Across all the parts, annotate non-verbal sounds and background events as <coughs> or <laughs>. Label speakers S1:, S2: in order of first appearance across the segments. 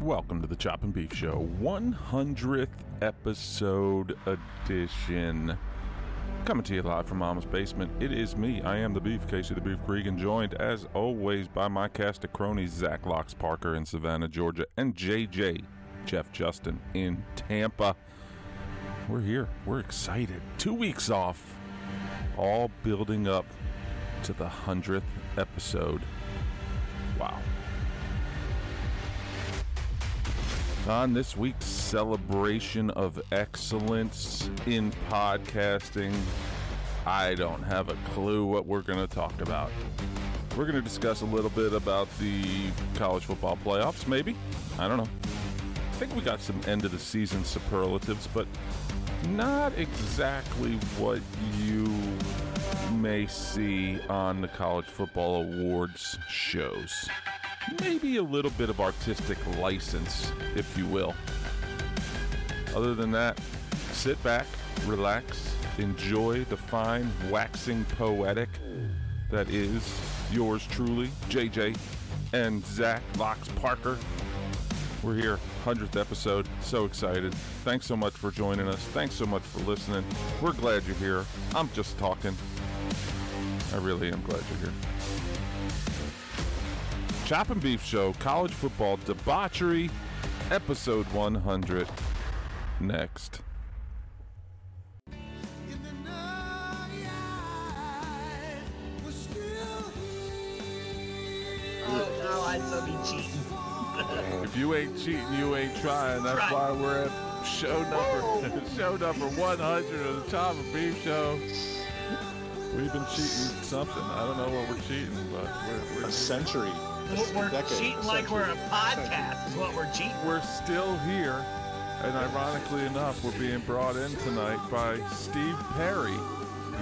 S1: welcome to the Chop and Beef Show, 100th episode edition. Coming to you live from Mama's Basement. It is me. I am the Beef, Casey the Beef Cregan, joined as always by my cast of cronies, Zach Locks Parker in Savannah, Georgia, and JJ, Jeff Justin in Tampa. We're here. We're excited. Two weeks off, all building up to the 100th episode. Wow. On this week's celebration of excellence in podcasting, I don't have a clue what we're going to talk about. We're going to discuss a little bit about the college football playoffs, maybe. I don't know. I think we got some end of the season superlatives, but not exactly what you may see on the college football awards shows maybe a little bit of artistic license, if you will. Other than that, sit back, relax, enjoy the fine, waxing poetic that is yours truly, JJ and Zach Locks Parker. We're here, 100th episode. So excited. Thanks so much for joining us. Thanks so much for listening. We're glad you're here. I'm just talking. I really am glad you're here. Chop and Beef Show, College Football Debauchery, Episode 100. Next.
S2: In the night, we're still here.
S3: Oh, no, I'd still be cheating.
S1: If you ain't cheating, you ain't trying. That's why we're at show number <laughs> show number 100 of the Chop and Beef Show. We've been cheating something. I don't know what we're cheating, but we're,
S4: a
S1: we're,
S4: century.
S3: We're, we're
S4: Decade,
S3: cheating like we're a
S4: century.
S3: podcast, is what we're cheating.
S1: we're still here. And ironically enough, we're being brought in tonight by Steve Perry.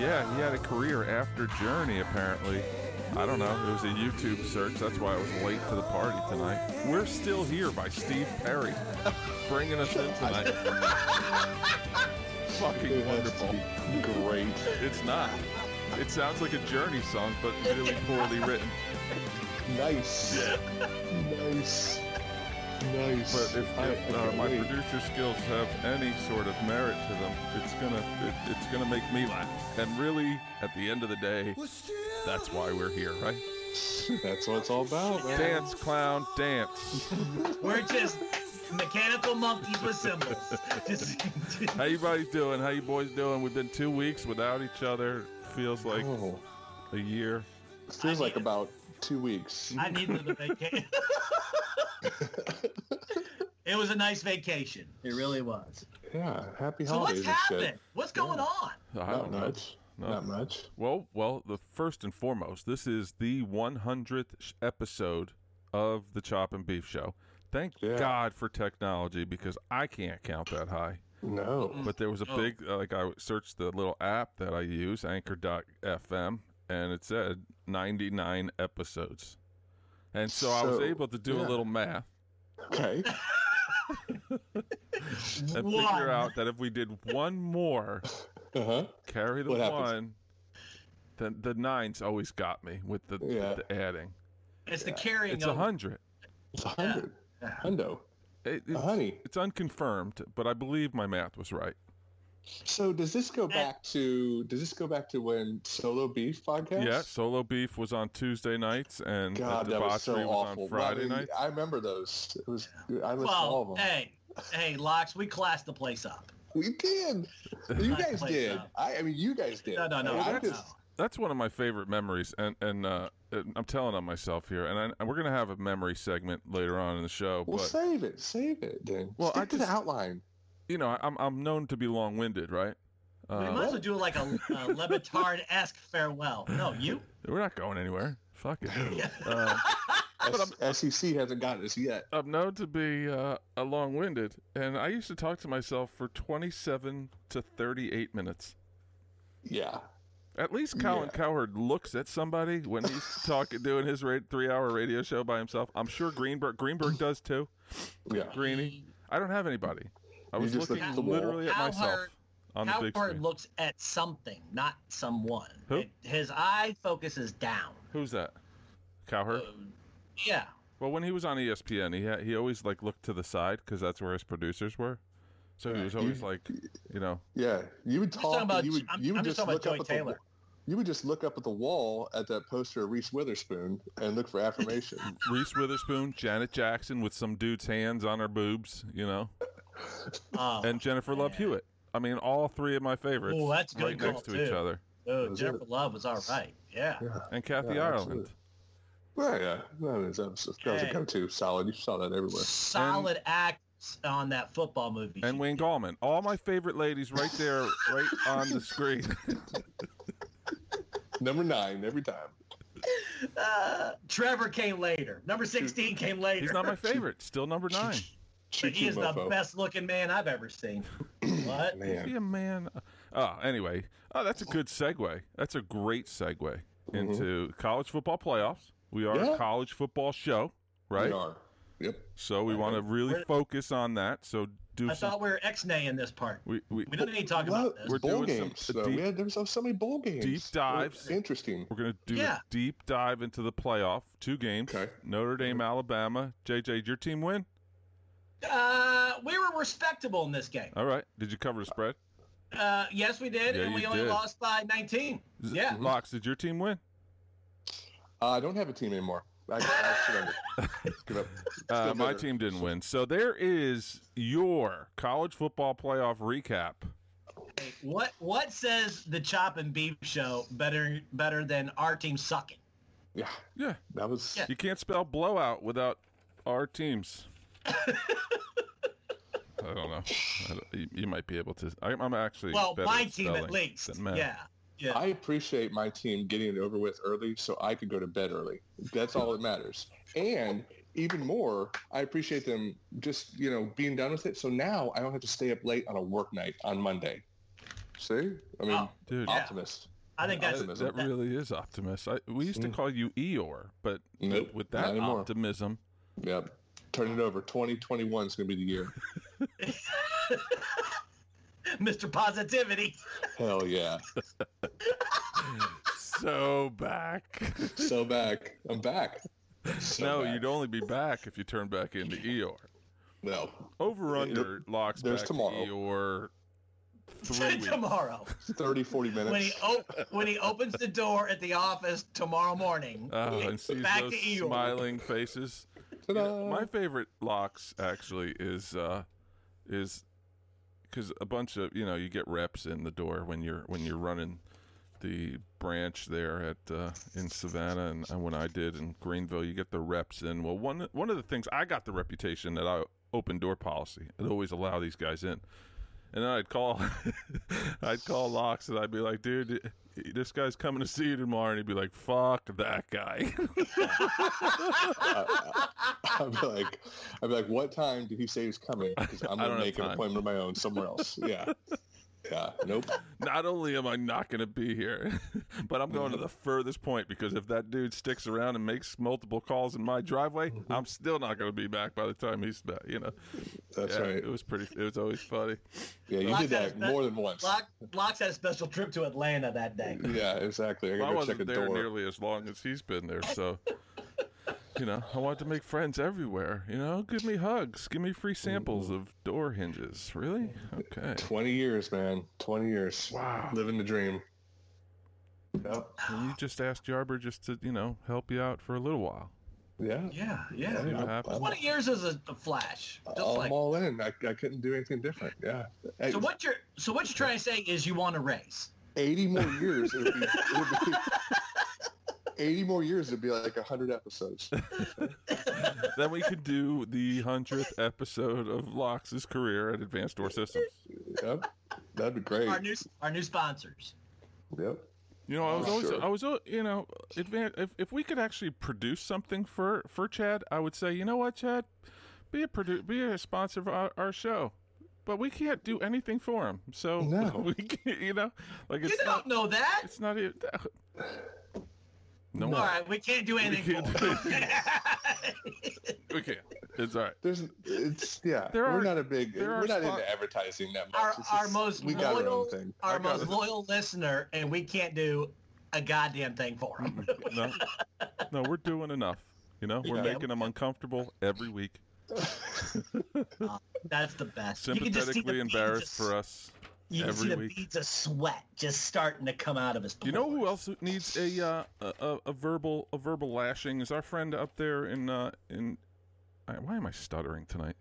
S1: Yeah, he had a career after Journey, apparently. I don't know. It was a YouTube search. That's why I was late to the party tonight. We're still here by Steve Perry, bringing us in tonight. Fucking
S4: It has to
S1: wonderful.
S4: be Great.
S1: It's not. It sounds like a Journey song, but really poorly written.
S4: Nice. Nice. Nice.
S1: But if,
S4: I-
S1: if,
S4: I
S1: uh,
S4: can't
S1: my
S4: wait.
S1: producer skills have any sort of merit to them, it's gonna it, it's gonna make me laugh. And really, at the end of the day,
S2: We're still
S1: that's why we're here, right?
S4: That's what it's all about, man.
S1: Dance, clown, dance.
S3: We're just mechanical monkeys with cymbals. Just, just-
S1: How you buddies doing? How you boys doing? We've been two weeks without each other. Feels like
S4: Oh,
S1: a year.
S4: it feels like about two weeks.
S3: I needed a vacation. <laughs> it was a nice vacation. It really was.
S4: Yeah. Happy
S3: So
S4: holidays.
S3: what's
S4: and shit.
S3: happening? What's going on?
S1: I
S4: Not
S1: don't know.
S4: much. Not much.
S1: Well, well, the first and foremost, this is the 100th sh- episode of the Chop and Beef Show. Thank
S4: Yeah.
S1: God for technology because I can't count that high.
S3: Mm.
S4: No.
S1: But there was a big uh, like I searched the little app that I use, Anchor.fm, and it said 99 episodes. And so, I was
S4: So,
S1: able to do a
S4: yeah.
S1: little math
S3: <laughs>
S4: Okay.
S1: and
S3: One.
S1: figure out that if we did one more,
S4: Uh huh.
S1: carry the
S4: What happens?
S1: one, then the nines always got me with the,
S4: Yeah.
S1: the adding.
S3: It's the carrying
S1: It's
S3: over.
S1: a hundred.
S4: It's a hundred. Hundo.
S1: It, it's,
S4: honey.
S1: it's unconfirmed, but I believe my math was right.
S4: So does this go back to? Does this go back to when Solo Beef podcast?
S1: Yeah, solo beef was on Tuesday nights, and
S4: God,
S1: the
S4: that was so
S1: debauchery was
S4: awful.
S1: on Friday
S4: I, mean,
S1: nights.
S4: I remember those. It was. I listened to all of
S3: Well,
S4: them.
S3: hey, hey, Locks, we classed the place up.
S4: We
S3: <laughs>
S4: did. You guys
S3: Like,
S4: did.
S3: uh,
S4: I, I mean, you guys did.
S3: No, no, no.
S4: I, I
S3: no,
S4: just,
S1: That's one of my favorite memories, and and uh, and I'm telling on myself here, and, I, and we're gonna have a memory segment later on in the show.
S4: we'll
S1: but
S4: save it. Save it, then.
S1: Well,
S4: Well,
S1: I
S4: Stick to the
S1: just- <laughs>
S4: outline.
S1: you know, I'm I'm known to be long-winded, right? Uh,
S3: no. We might as well do like a,
S1: <laughs>
S3: a Levitard-esque farewell. No, you?
S1: We're not going anywhere. Fuck
S4: <laughs>
S1: it. Uh,
S4: S- SEC hasn't gotten us yet.
S1: I'm known to be uh, a long-winded, and I used to talk to myself for 27 to 38 minutes.
S4: Yeah.
S1: At least Colin
S4: Yeah.
S1: Cowherd looks at somebody when he's talking, doing his ra- three-hour radio show by himself. I'm sure Greenberg Greenberg does too.
S4: Yeah.
S1: Greeny, I don't have anybody. I was
S4: just
S1: looking
S4: look at the wall.
S1: literally at myself
S3: Cowherd-
S1: on the big
S3: Cowherd
S1: screen.
S3: looks at something, not someone.
S1: Who?
S3: It- his eye focuses down. Oh, Uh,
S1: Who's that? Cowherd.
S3: Yeah.
S1: Well, when he was on E ESPN, he had, he always like looked to the side because that's where his producers were. So he was always like, you know,
S4: Yeah, you would
S3: just
S4: talk.
S3: talking
S4: and
S3: about-
S4: you would,
S3: I'm-
S4: you would
S3: I'm just
S4: just,
S3: talking
S4: look
S3: about
S4: up at
S3: Joey
S4: the.
S3: Taylor.
S4: wa- You would just look up at the wall at that poster of Reese Witherspoon and look for
S3: <laughs>
S4: affirmation.
S1: Reese Witherspoon, Janet Jackson with some dude's hands on her boobs, you know,
S3: Oh,
S1: and Jennifer Love
S3: man.
S1: Hewitt. I mean, all three of my favorites
S3: Ooh, that's a good
S1: right
S3: call,
S1: next to each
S3: too.
S1: other.
S3: Oh,
S4: Was
S3: Jennifer
S4: it-
S3: Love was all right. Yeah.
S4: yeah,
S1: And Kathy
S4: Yeah,
S1: Ireland.
S4: absolutely. yeah, yeah. That was, that was, that was a
S3: Hey.
S4: go-to solid. You saw that everywhere.
S3: Solid act on that football movie.
S1: And
S3: she
S1: Wayne
S3: did.
S1: Gallman. All my favorite ladies right there, right on the
S3: <laughs>
S1: screen.
S4: Number nine every time.
S3: Uh, Trevor came later. Number 16 came later.
S1: He's not my favorite. Still number nine.
S4: Choo
S3: But he
S4: choo
S3: is the
S4: mofo.
S3: best looking man I've ever seen. what?
S1: Is he
S4: Man,
S1: a man? Oh, anyway. Oh, that's a good segue. That's a great segue
S3: Mm-hmm.
S1: into college football playoffs. We are a
S4: Yeah.
S1: college football show, right?
S4: We are. Yep.
S1: So we want to really
S3: We're-
S1: focus on that. So do
S3: I
S1: some.
S3: thought we were X-naying this part.
S1: we, we,
S3: We don't need to talk about this.
S1: We're
S4: We're bowl
S1: doing some
S4: games. though.
S1: deep-
S4: we had, there was so many bowl games.
S1: deep dives.
S4: Interesting.
S1: We're going to do
S3: Yeah.
S1: a deep dive into the playoff. Two games.
S4: Okay.
S1: Notre Dame, Alabama. JJ, did your team win?
S3: Uh, we were respectable in this game.
S1: All right. Did you cover the spread?
S3: Uh, yes, we did,
S1: Uh, Yeah,
S3: and we
S1: you
S3: only
S1: did.
S3: lost by 19.
S1: Z-
S3: Yeah.
S1: Locks, did your team win?
S4: Uh, I don't have a team anymore. I, I surrendered. Give up.
S1: Uh,
S4: Still
S1: my
S4: better.
S1: team didn't win. So there is your college football playoff recap.
S3: What What says the Chop and Beef show better better than our team sucking?
S4: Yeah,
S1: Yeah.
S4: that was.
S3: Yeah.
S1: You can't spell blowout without our teams. I don't know. I don't- you, you might be able to. I, I'm actually.
S3: Well,
S1: better
S3: my
S1: at
S3: team at
S1: spelling
S3: least.
S1: than Matt.
S3: Yeah. Yeah.
S4: I appreciate my team getting it over with early so I could go to bed early. That's all that matters. And even more, I appreciate them just, you know, being done with it. So now I don't have to stay up late on a work night on Monday. See? I mean,
S3: Oh,
S1: Dude,
S3: Yeah.
S4: optimist.
S3: I think that's
S1: that, that
S3: that-
S1: really is optimist. I, we used to
S4: Mm.
S1: call you Eeyore, but
S4: Nope,
S1: with
S4: not
S1: that
S4: anymore.
S1: optimism, <laughs>
S4: Yep. Turn it over. 2021 is going to be the year.
S3: Mr. Positivity. <laughs>
S4: Hell yeah.
S1: so back.
S4: So back. I'm back. So
S1: no,
S4: back.
S1: you'd only be back if you turn back into Eeyore.
S4: No.
S1: Over under locks
S4: there's
S1: back
S4: tomorrow.
S1: to Eeyore
S3: <laughs>
S1: three weeks.
S3: tomorrow,
S4: 30, 40
S3: when he
S4: minutes.
S3: op- when he opens the door at the office tomorrow morning,
S1: Oh, and sees
S3: back
S1: those
S3: to Eeyore.
S1: smiling faces. You
S4: Ta-da.
S1: know, my favorite locks actually is uh is because a bunch of you know you get reps in the door when you're when you're running the branch there at uh, in Savannah and, and when I did in Greenville you get the reps in. Well, one one of the things I got the reputation that I open door policy. I'd always allow these guys in. And then I'd call, <laughs> I'd call Locks, and I'd be like, "Dude, this guy's coming to see you tomorrow," and he'd be like, "Fuck that guy."
S4: I, <laughs> I, I'd be like, I'd be like, what time did he say he's coming? Because
S1: <laughs>
S4: I'm
S1: I don't
S4: gonna
S1: have
S4: make an
S1: time.
S4: appointment of my own
S1: <laughs>
S4: somewhere else. Yeah, yeah. Nope.
S1: not only am I not going to be here, <laughs> but I'm
S4: Mm-hmm.
S1: going to the furthest point because if that dude sticks around and makes multiple calls in my driveway,
S4: Mm-hmm.
S1: I'm still not going to be back by the time he's back. You know,
S4: That's
S1: Yeah,
S4: right.
S1: It was pretty. It was always
S4: <laughs>
S1: funny.
S4: Yeah, you
S3: Lock
S4: did that
S3: that- that-
S4: more than once.
S3: Block Blocks had a special trip to Atlanta that day.
S4: Yeah, exactly. I
S1: I
S4: gotta go check a
S1: wasn't there
S4: door.
S1: nearly as long as he's been there, so. <laughs> You know, I want to make friends everywhere. You know, give me hugs, give me free samples
S4: Mm-hmm.
S1: of door hinges. Really? Okay.
S4: Twenty years, man. Twenty years.
S1: Wow.
S4: Living the dream. Yep.
S1: And you just asked Yarber just to, you know, help you out for a little while.
S4: Yeah.
S3: Yeah, yeah.
S1: what
S4: I'm-
S1: happened.
S4: I'm-
S3: Twenty years is a, a flash. Just
S4: I'm
S3: like
S4: all in. I, I couldn't do anything different. Yeah. Hey,
S3: so. What you're so what you're trying to say is you want to race.
S4: Eighty more years. It would be, it
S3: <laughs>
S4: would be, Eighty more years. It'd be like hundred episodes.
S1: then we could do the hundredth episode of Locke's career at Advanced Door Systems.
S4: Yep. That'd be great.
S3: Our new our new sponsors.
S4: Yep.
S1: You know, I was
S4: Oh,
S1: always,
S4: sure.
S1: I was, al- you know, advan- if if we could actually produce something for for Chad, I would say, you know what, Chad, be a produ- be a sponsor of our, our show. But we can't do anything for him, so
S4: No.
S1: <laughs> we can't, you know, like
S3: You
S1: it's not,
S3: don't know that.
S1: it's not even. No,
S3: All right, we can't do anything.
S1: can't
S3: for
S1: do
S3: it.
S1: we can't. It's all right.
S4: There's, it's yeah.
S1: There are-
S4: we're not a big.
S1: there are
S4: We're not
S1: spot-
S4: into advertising that much.
S3: Our-
S4: It's
S3: our
S4: just-
S3: most
S4: we got our
S3: loyal-
S4: own thing.
S3: <laughs> Our
S4: I got
S3: most
S4: it.
S3: loyal listener, and we can't do a goddamn thing for him.
S1: No, no, we're doing enough. You know, we're
S4: Yeah.
S1: making them uncomfortable every week,
S3: That's the best. You can just see the
S1: sympathetically
S3: beads
S1: embarrassed
S3: of,
S1: for us.
S3: You can
S1: every
S3: see the
S1: week.
S3: beads of sweat just starting to come out of his.
S1: You know
S3: pores.
S1: who else needs a uh, a- a, a verbal a verbal lashing is our friend up there in uh, in. I, why am I stuttering tonight?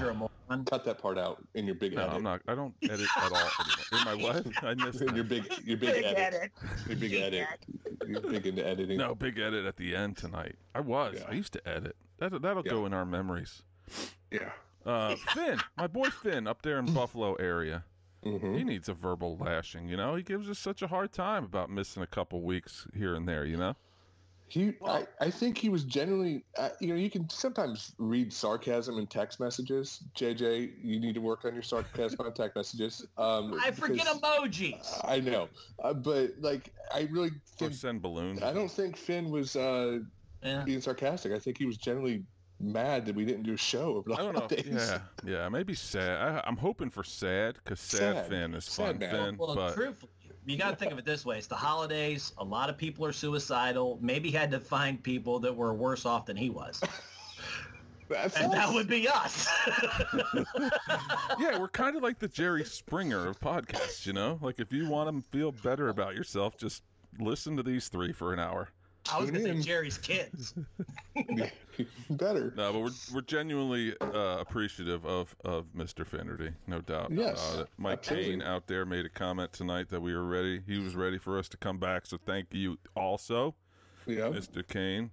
S1: <sighs>
S3: you're a moron.
S4: <laughs>
S1: <laughs>
S4: Cut that part out in your big
S1: No,
S4: edit.
S1: I'm not. I don't edit at all. anymore. In my
S4: <laughs>
S1: what? I missed
S4: In your
S1: that.
S4: big,
S3: <laughs>
S4: your big, edit. Your big,
S5: Big
S4: edit. You're big into editing.
S1: No big edit at the end tonight. I was.
S4: Yeah.
S1: I used to edit. That that'll
S4: Yeah.
S1: go in our memories.
S4: Yeah.
S1: Uh, Finn, my boy Finn, up
S4: <laughs>
S1: there in Buffalo area.
S4: hmm
S1: He needs a verbal lashing, you know. He gives us such a hard time about missing a couple weeks here and there, you know.
S4: He, I, I think he was generally, uh, you know, you can sometimes read sarcasm in text messages. JJ, you need to work on your sarcasm on text messages. Um,
S3: I forget
S4: because-
S3: emojis.
S4: I know, uh, but like, I really
S1: Or
S4: think
S1: send balloons.
S4: I don't think Finn was uh,
S3: Yeah.
S4: being sarcastic. I think he was generally mad that we didn't do a show over the
S1: I don't know.
S4: holidays. <laughs>
S1: Yeah, yeah, maybe sad. I, I'm hoping for sad because sad,
S4: Sad.
S1: Finn is
S4: Sad
S1: fun
S4: man.
S1: Finn,
S3: Well,
S4: <laughs>
S1: but
S3: truthfully, you got to think of it this way: it's the holidays. A lot of people are suicidal. Maybe he had to find people that were worse off than he was,
S4: That's-
S3: and that would be us. <laughs>
S1: yeah, we're kind of like the Jerry Springer of podcasts, you know. Like if you want to feel better about yourself, just listen to these three for an hour.
S3: I was
S4: Tune
S3: gonna say
S4: in.
S3: Jerry's kids.
S4: <laughs> better.
S1: No, but we're we're genuinely uh, appreciative of of Mr. Finnerty, no doubt.
S4: Yes,
S1: about it. Mike
S4: absolutely.
S1: Kane out there made a comment tonight that we were ready. He was ready for us to come back, so thank you also,
S4: Yeah.
S1: Mr. Kane,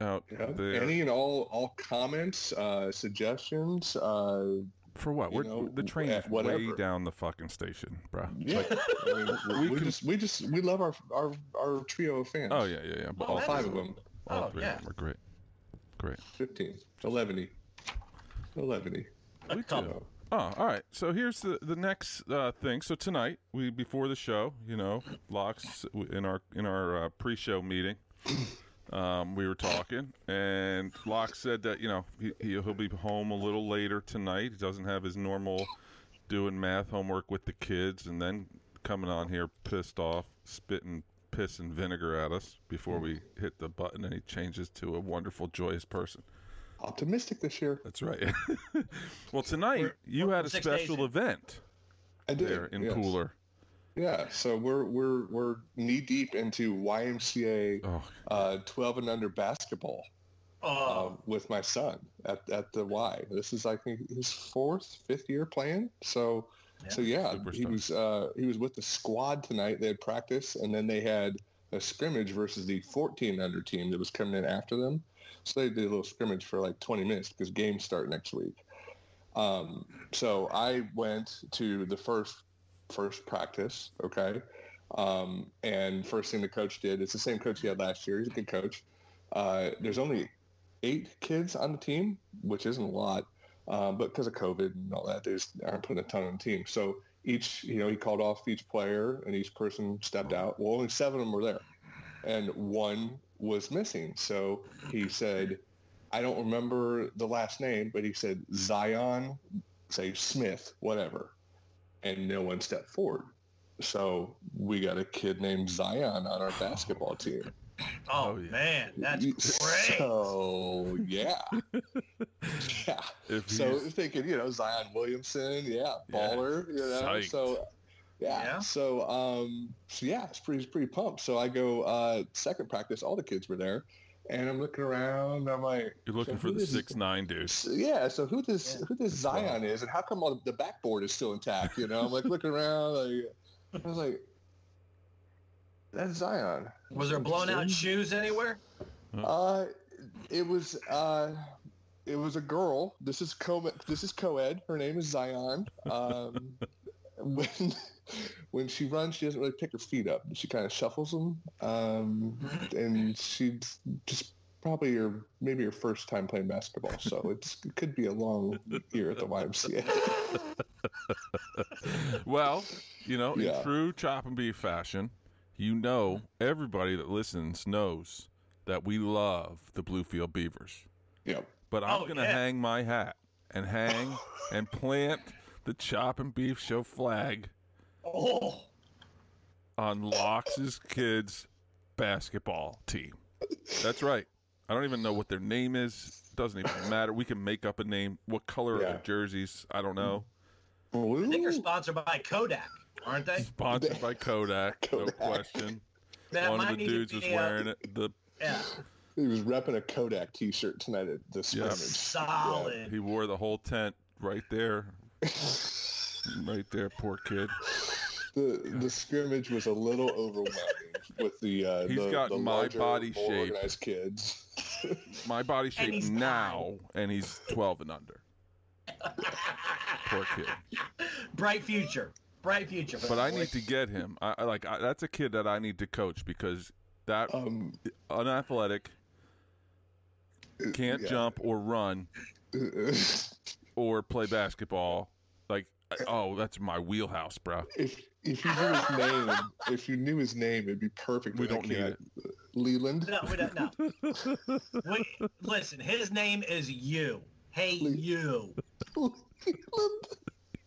S1: out
S4: Yeah.
S1: there
S4: Any and all, all comments, uh, suggestions. Uh,
S1: for what?
S4: you
S1: We're
S4: know,
S1: the train
S4: at
S1: is way
S4: whatever.
S1: down the fucking station, bro.
S4: yeah, I mean, we,
S1: We can-
S4: just we just we love our our, our trio of fans.
S1: Oh yeah, yeah, yeah. But
S3: Oh,
S1: all
S3: that
S4: five
S1: three-
S4: of them,
S1: all
S3: Oh,
S1: three
S3: yeah.
S1: of them are great. Great.
S4: 15, 11, 11.
S3: A couple.
S1: Oh, all right. So here's the the next uh, thing. So tonight, we before the show, you know, locks in our in our uh, pre-show meeting, <coughs> um, we were talking, and Locke said that you know he he- he'll be home a little later tonight. He doesn't have his normal doing math homework with the kids, and then coming on here pissed off, spitting piss and vinegar at us before we hit the button, and he changes to a wonderful, joyous person.
S4: Optimistic this year.
S1: That's right. <laughs> well, tonight you
S3: we're
S1: had a
S3: six days
S1: special
S3: in.
S1: event
S4: I did.
S1: there in
S4: yes.
S1: Pooler.
S4: Yeah. So we're we're we're knee deep into YMCA <laughs>
S1: Oh,
S4: uh, 12 and under basketball uh,
S3: Oh,
S4: with my son at, at the Y. This is I think his fourth, fifth year playing. So
S3: Yeah.
S4: so yeah, he
S1: Superstar.
S4: was uh, he was with the squad tonight. They had practice and then they had a scrimmage versus the 14 under team that was coming in after them. So they did a little scrimmage for like 20 minutes because games start next week. Um, so I went to the first first practice, okay? Um, and first thing the coach did, it's the same coach he had last year. He's a good coach. Uh, there's only eight kids on the team, which isn't a lot, uh, but because of COVID and all that, they just aren't putting a ton on the team. So each, you know, he called off each player and each person stepped out. Well, only seven of them were there, and one was missing. So he said, I don't remember the last name, but he said Zion, say Smith, whatever, and no one stepped forward. So we got a kid named Zion on our basketball team.
S3: oh,
S1: yeah.
S3: man, that's
S4: You-
S3: great.
S4: <laughs> So yeah, <laughs> yeah.
S1: if
S4: So
S1: he's-
S4: you're thinking, you know, Zion Williamson, yeah,
S1: Yeah,
S4: baller, you know.
S1: psyched.
S4: So yeah.
S3: Yeah.
S4: So um, so yeah, it's pretty, it's pretty pumped. So I go uh, second practice. All the kids were there, and I'm looking around. I'm like,
S1: you're looking
S4: so
S1: for
S4: who
S1: the
S4: is-
S1: six nine dude.
S4: so, yeah. So who this
S3: Yeah.
S4: who this
S1: wild.
S4: Zion is, and how come all the backboard is still intact? You know, I'm like looking around. Like I was like, that's Zion.
S3: Was there blown out
S4: Interesting.
S3: shoes anywhere?
S4: Uh, it was uh, it was a girl. This is co this is co-ed. Her name is Zion. Um, <laughs> when when she runs, she doesn't really pick her feet up. She kind of shuffles them, um, and she's just probably your maybe your first time playing basketball. So it's it could be a long year at the <laughs> YMCA.
S1: well, you know, in
S4: Yeah.
S1: true chop and beef fashion, you know, everybody that listens knows that we love the Bluefield Beavers.
S4: yep.
S1: But I'm
S3: Oh,
S1: gonna
S3: yeah.
S1: hang my hat and hang and plant the chop and beef show flag
S3: Oh,
S1: on Locks' kids basketball team. That's right. I don't even know what their name is. Doesn't
S4: <laughs>
S1: even matter. We can make up a name. What color are
S4: Yeah.
S1: their jerseys? I don't know.
S4: Blue?
S3: I think they're sponsored by Kodak,
S1: <laughs>
S3: aren't they?
S1: Sponsored by Kodak,
S4: <laughs> Kodak.
S1: no question.
S3: <laughs> That
S1: One
S3: might
S1: of the
S3: need to
S1: dudes was
S3: be, uh,
S1: wearing it. The
S3: Yeah,
S4: He was repping a Kodak T-shirt tonight at the
S1: Yeah.
S4: scrimmage.
S3: solid.
S1: he wore the whole tent right
S4: <laughs>
S1: there, right there. Poor kid.
S4: The the scrimmage was a little overwhelming with the uh,
S1: He's
S4: the,
S1: got
S4: the
S1: my
S4: larger,
S1: body
S4: more
S1: shape. <laughs>
S4: organized kids.
S1: My body shape
S3: he's
S1: now, and he's twelve and under. Poor kid.
S3: <laughs> Bright future. Bright future. for
S1: But
S3: that
S1: I
S3: boy.
S1: need to get him. I, I like I, that's a kid that I need to coach because that
S4: Um,
S1: unathletic can't
S4: yeah.
S1: jump or run
S4: if
S1: or play basketball. Like I- oh, that's my wheelhouse, bro.
S4: if you knew his name, if you knew his name, it'd be perfect.
S1: We
S4: but I
S1: don't need
S4: can't. Leland. <laughs>
S3: No, we don't. No. we, listen, his name is you. Hey,
S4: Please.
S3: you.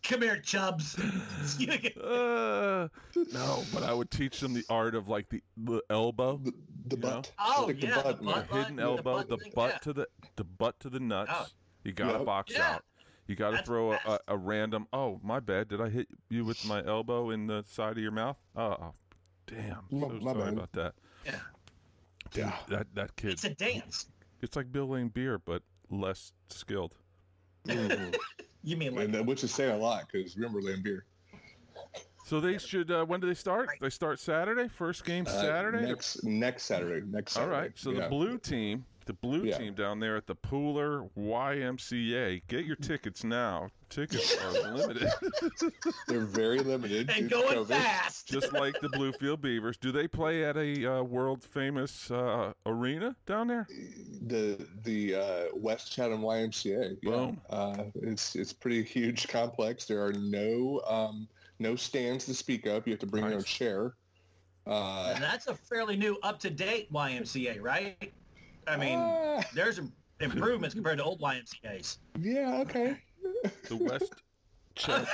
S3: Come here, Chubbs. <laughs> You-
S1: Uh, no, but I would teach them the art of like the, the elbow,
S4: The, the
S1: You
S4: butt.
S3: Oh,
S4: Like
S3: yeah, the
S4: butt.
S1: the
S3: butt.
S1: hidden
S3: the
S1: elbow,
S3: butt
S1: the
S3: thing,
S1: butt
S3: yeah.
S1: to the the butt to the nuts.
S3: Oh.
S1: You gotta
S4: Yep.
S1: box
S3: Yeah.
S1: out. You gotta
S3: That's
S1: throw a, a,
S3: best.
S1: a random. Oh, my bad. Did I hit you with my elbow in the side of your mouth? Oh, damn.
S4: My-
S1: so
S4: my
S1: sorry
S4: bad.
S1: about that.
S3: Yeah.
S1: Dude,
S4: Yeah.
S1: that that kid.
S3: It's a dance.
S1: It's like Bill Lane beer, but less skilled.
S4: Mhm.
S1: Mm-hmm.
S3: You mean like
S4: and that, which is saying a lot because remember Lambeer.
S1: So they should. Uh, when do they start? They start Saturday. First game
S4: Uh,
S1: Saturday.
S4: next next Saturday. Next
S1: All
S4: Saturday.
S1: right. So
S4: yeah.
S1: the blue team, the blue
S4: Yeah.
S1: team down there at the Pooler YMCA, get your tickets now. Tickets
S4: <laughs>
S1: are limited,
S4: they're very limited.
S3: <laughs> and
S4: due to
S3: going
S4: COVID.
S3: fast.
S1: just like the Bluefield Beavers. Do they play at a uh, world famous uh, arena down there?
S4: The the uh, West Chatham YMCA. yeah.
S1: Boom.
S4: Uh, it's it's pretty huge complex. There are no um, no stands to speak of. You have to bring your own
S1: Nice.
S4: chair. Uh,
S3: And that's a fairly new, up-to-date YMCA, right? I mean,
S4: ah,
S3: there's im- improvements compared to old YMCA's.
S4: yeah.
S1: <laughs>
S4: Okay.
S1: The West Chatham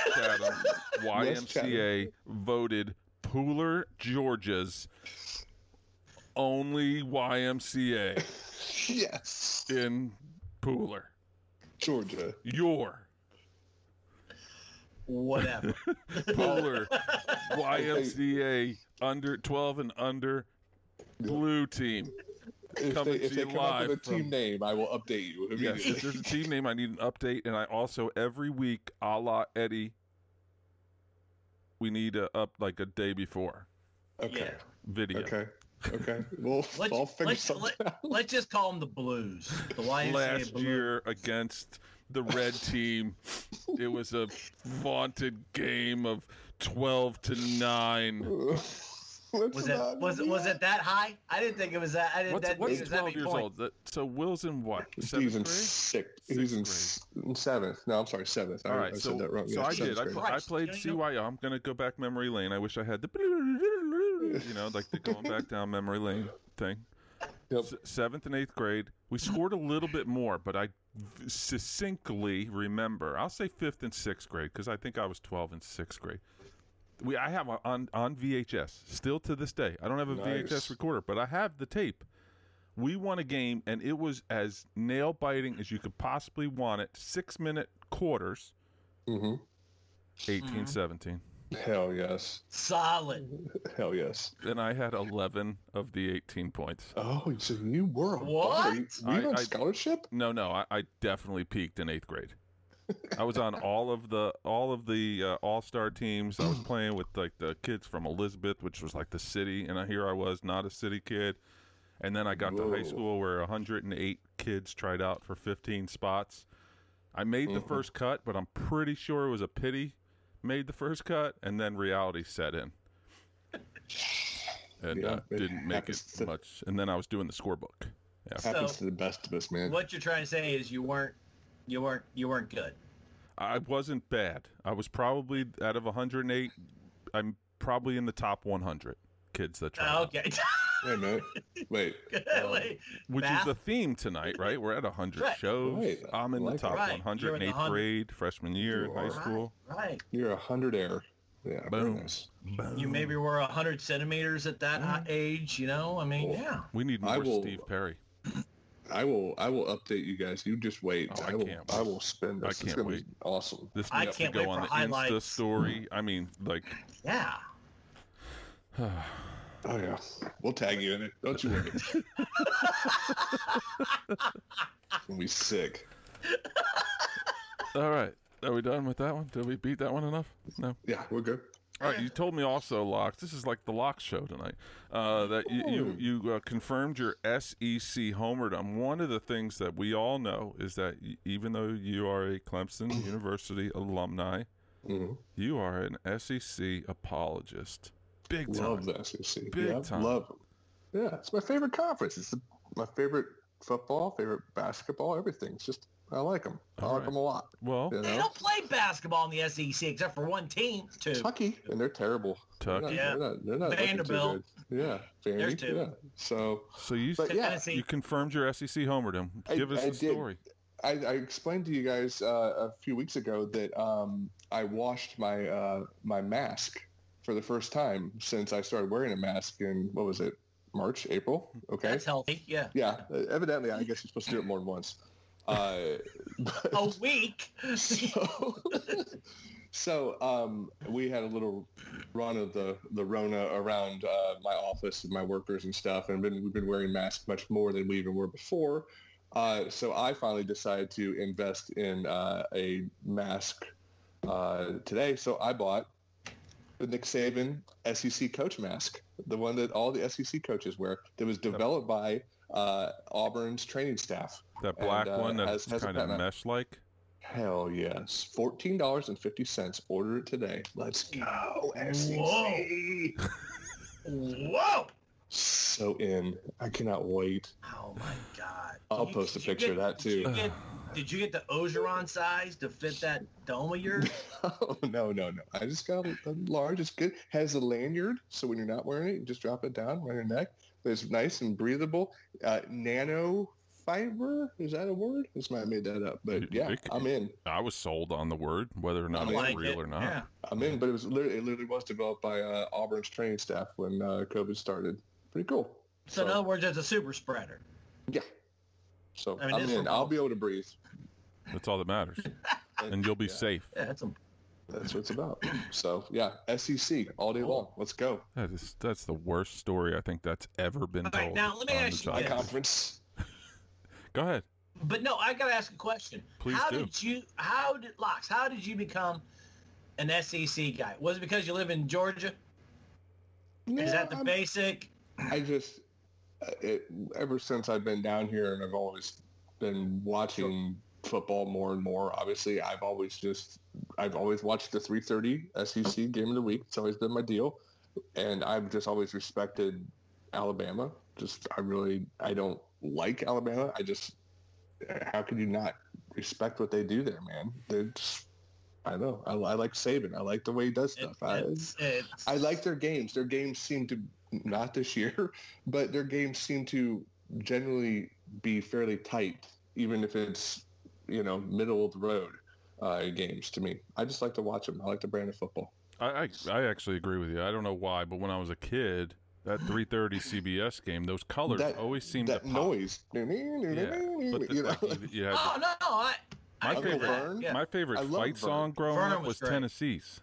S1: YMCA voted Pooler, Georgia's only YMCA
S4: yes.
S1: in Pooler.
S4: Georgia.
S1: Your <laughs>
S3: Whatever.
S1: Pooler YMCA under 12 and under blue team.
S4: If
S1: Coming
S4: they, if
S1: to
S4: they
S1: you
S4: come up
S1: live
S4: with a team
S1: from-
S4: name, I will update you
S1: Yes,
S4: immediately.
S1: if there's a team name I need an update, and I also every week, a la Eddie, we need a up like a day before
S4: Okay.
S1: video.
S4: Okay. Okay. Well,
S3: Let's-
S4: I'll figure
S3: let's-
S4: something
S3: let-
S4: out. <laughs>
S3: Let's just call them the Blues. The YMCA
S1: Last
S3: Blues.
S1: year against the
S3: <laughs>
S1: red team, it was a vaunted game of twelve to nine.
S4: Let's
S3: Was it
S4: not
S3: was it
S4: do
S3: was
S4: that.
S3: it that high? I didn't think it was that. I didn't.
S1: What's,
S3: that,
S1: what's
S3: it was that
S1: twelve
S3: many
S1: years
S3: points.
S1: old? That, so Will's in what?
S4: He's
S1: Seventh
S4: in
S1: grade.
S4: sixth.
S1: Sixth
S4: He's in
S1: grade.
S4: s- in seventh. No, I'm sorry, seventh. I,
S1: All
S4: I
S1: right, so,
S4: said that wrong.
S1: so
S4: Yeah,
S1: I
S4: seventh
S1: did. I,
S4: grade.
S1: pl- I
S3: Christ,
S1: played
S3: you know-
S1: CYO. I'm going to go back memory lane. I wish I
S4: <laughs>
S1: had the, you know, like the going back down memory lane thing.
S4: Yep.
S1: S- seventh and eighth grade, we scored a little bit more, but I v- succinctly remember. I'll say fifth and sixth grade because I think I was 12 in sixth grade. We, I have a, on on VHS still to this day. I don't have a VHS
S4: Nice.
S1: recorder, but I have the tape. We won a game, and it was as nail biting as you could possibly want it. Six minute quarters.
S4: Mhm.
S1: 18, 17.
S4: Hell yes.
S3: Solid.
S4: Hell yes.
S1: And I had 11 of the 18 points.
S4: Oh, so you were on
S3: What?
S4: body. Were you
S1: I-
S4: on
S1: I-
S4: scholarship?
S1: No, no, I, I definitely peaked in eighth grade. I was on all of the all of the uh, all star teams. I was playing with like the kids from Elizabeth, which was like the city, and I, here I was not a city kid. And then I got to high
S4: Whoa.
S1: school where 108 kids tried out for 15 spots. I made the
S4: Mhm.
S1: first cut, but I'm pretty sure it was a pity. Made the first cut, and then reality set in, and
S4: Yeah,
S1: uh,
S4: it
S1: didn't make it
S4: happens to-
S1: much. And then I was doing the scorebook.
S3: So-
S4: Happens to the best of us, man.
S3: What you're trying to say is you weren't, you weren't, you weren't good.
S1: I wasn't bad. I was probably out of 108. I'm probably in the top 100 kids that tried,
S3: Oh,
S1: out,
S3: okay. <laughs>
S4: Wait a minute. Wait. Um,
S3: Wait,
S1: which
S3: math?
S1: is the theme tonight, right? We're at 100
S3: Right.
S1: shows.
S4: Right.
S1: I'm in
S4: I
S1: the
S4: like
S1: top
S3: that. Right.
S1: 100
S3: You're
S1: in
S3: in the
S1: eighth
S3: 100.
S1: grade, freshman year in
S4: You
S1: high
S4: are.
S1: school.
S3: Right.
S4: You're a hundred air. Yeah.
S1: Boom.
S4: nice.
S1: Boom.
S3: You maybe were 100 centimeters at that
S1: Mm-hmm.
S3: hi- age, you know? I mean,
S4: Well,
S3: yeah.
S1: We need
S4: I
S1: more
S4: will-
S1: Steve Perry.
S4: I will. I will update you guys. You just wait.
S1: Oh, I
S4: I, will.
S1: can't
S4: I will spend
S1: I
S4: this.
S1: can't
S4: it's gonna
S1: wait.
S4: be awesome.
S1: This
S3: I
S1: needs
S3: can't
S1: to go
S3: wait
S1: on
S3: for
S1: the Insta
S3: highlights.
S1: story. I mean, like, <sighs>
S3: Yeah.
S4: Oh yeah. We'll tag you in it. Don't you
S1: <laughs>
S4: worry. it's gonna be sick.
S1: all right. Are we done with that one? Did we beat that one enough? No.
S4: Yeah, we're good.
S1: All right, you told me also, Locke. This is like the Locke show tonight. Uh, that you you, you uh, confirmed your SEC homerdom. One of the things that we all know is that y- even though you are a
S4: <coughs>
S1: Clemson University alumni,
S4: Mhm.
S1: you are an SEC apologist, big time.
S4: Love the SEC.
S1: Big
S4: yeah,
S1: time.
S4: Love it. Yeah, it's my favorite conference. It's the, my favorite football, favorite basketball, everything. It's just I like them. I
S1: All
S4: like
S1: right. Oh.
S4: them a lot.
S1: Well,
S4: You
S3: They
S4: know,
S3: don't play basketball in the SEC except for one team, too.
S4: Kentucky, and they're terrible. They're not,
S1: Tuck.
S3: Yeah.
S4: they're not, they're not looking too
S3: Vanderbilt.
S4: good. Yeah, Vandy.
S3: two.
S4: Yeah. So
S1: So you
S4: But yeah,
S3: Tennessee.
S1: you confirmed your SEC homerdom.
S4: I-
S1: Give us
S4: I
S1: the
S4: did.
S1: story.
S4: I, I explained to you guys uh, a few weeks ago that um, I washed my uh, my mask for the first time since I started wearing a mask in what was it March April okay
S3: That's healthy.
S4: <laughs>
S3: Yeah.
S4: yeah Uh, evidently I guess you're supposed to do it more than once uh, but-
S3: A week.
S4: Oh, <laughs> so, so um, we had a little run of the the Rona around uh, my office and my workers and stuff, and been, we've been wearing masks much more than we even were before. Uh, so I finally decided to invest in uh, a mask uh, today. So I bought the Nick Saban SEC coach mask, the one that all the SEC coaches wear, that was developed by uh, Auburn's training staff.
S1: That
S4: and,
S1: black
S4: uh,
S1: one
S4: has-
S1: that's
S4: has a
S1: kind of
S4: patent.
S1: mesh-like.
S4: Hell yes. Fourteen dollars and fifty cents. Order it today. Let's go. SEC.
S3: Whoa. Whoa.
S4: So in. I cannot wait. <laughs>
S3: Oh, my God.
S4: I'll
S3: Did you-
S4: post a
S3: did you
S4: picture of
S3: get-
S4: that,
S3: Did you
S4: too.
S3: get, did you get the Ogeron size to fit that dome of
S4: <sighs>
S3: yours?
S4: Oh no, no, no. I just got a, a large. It's good. Has a lanyard, so when you're not wearing it, you just drop it down around your neck. It's nice and breathable. Uh, nano fiber. Is that a word? This might have made that up,
S1: It-
S4: but yeah,
S1: it-
S4: I'm in.
S1: I was sold on the word, whether or not
S4: I
S1: it's
S3: like
S1: real
S3: it.
S1: or not.
S3: Yeah.
S4: I'm in. But it was literally, it literally was developed by uh, Auburn's training staff when uh, COVID started. Pretty cool.
S3: So, in
S4: So-
S3: other words, it's a super spreader.
S4: So
S3: I mean,
S4: I'm
S3: it's
S4: in.
S3: remote.
S4: I'll be able to breathe.
S1: That's all that
S3: <laughs>
S1: matters, and you'll be
S4: Yeah.
S1: safe.
S3: Yeah, that's a-
S4: That's what it's about. So yeah, SEC all day long. Let's go.
S1: That is that's the worst story I think that's ever been
S3: All
S1: told.
S3: right, now let me
S1: on the
S3: ask you
S4: My
S1: podcast.
S3: Yes.
S4: conference.
S1: Go ahead.
S3: But no, I got to ask a question.
S1: Please
S3: how
S1: do.
S3: did you? How did Locks? How did you become an SEC guy? Was it because you live in Georgia? Is that the
S4: Yeah, I'm-
S3: basic?
S4: I just uh, it, ever since I've been down here, and I've always been watching football more and more. Obviously, I've always just I've always watched the 3:30 SEC E game of the week. It's always been my deal, and I've just always respected Alabama. Just I really I don't like Alabama. I just how could you not respect what they do there, man? They just I don't know. I, I like Saban. I like the way he does
S3: It,
S4: stuff. I-
S3: it's, it's,
S4: I like their games. Their games seem to not this year, <laughs> but their games seem to generally be fairly tight, even if it's you know middle of the road uh, games. To me, I just like to watch them. I like the brand of football.
S1: I, I I actually agree with you. I don't know why, but when I was a kid,
S3: <gasps>
S1: that 3:30 CBS game, those colors
S4: That-
S1: always seemed
S4: that
S1: to pop.
S4: noise, <laughs>
S1: Yeah, but the, <laughs>
S4: you know?
S1: like,
S4: <laughs>
S1: you, you had the-
S3: Oh no, I. I
S1: My
S3: agree with
S4: favorite-
S3: that. <laughs> Yeah.
S1: my
S4: I
S1: favorite
S4: love
S1: fight
S4: Vernon.
S1: song growing
S3: Vernon
S1: up
S3: was
S1: was
S3: great.
S1: Tennessee's.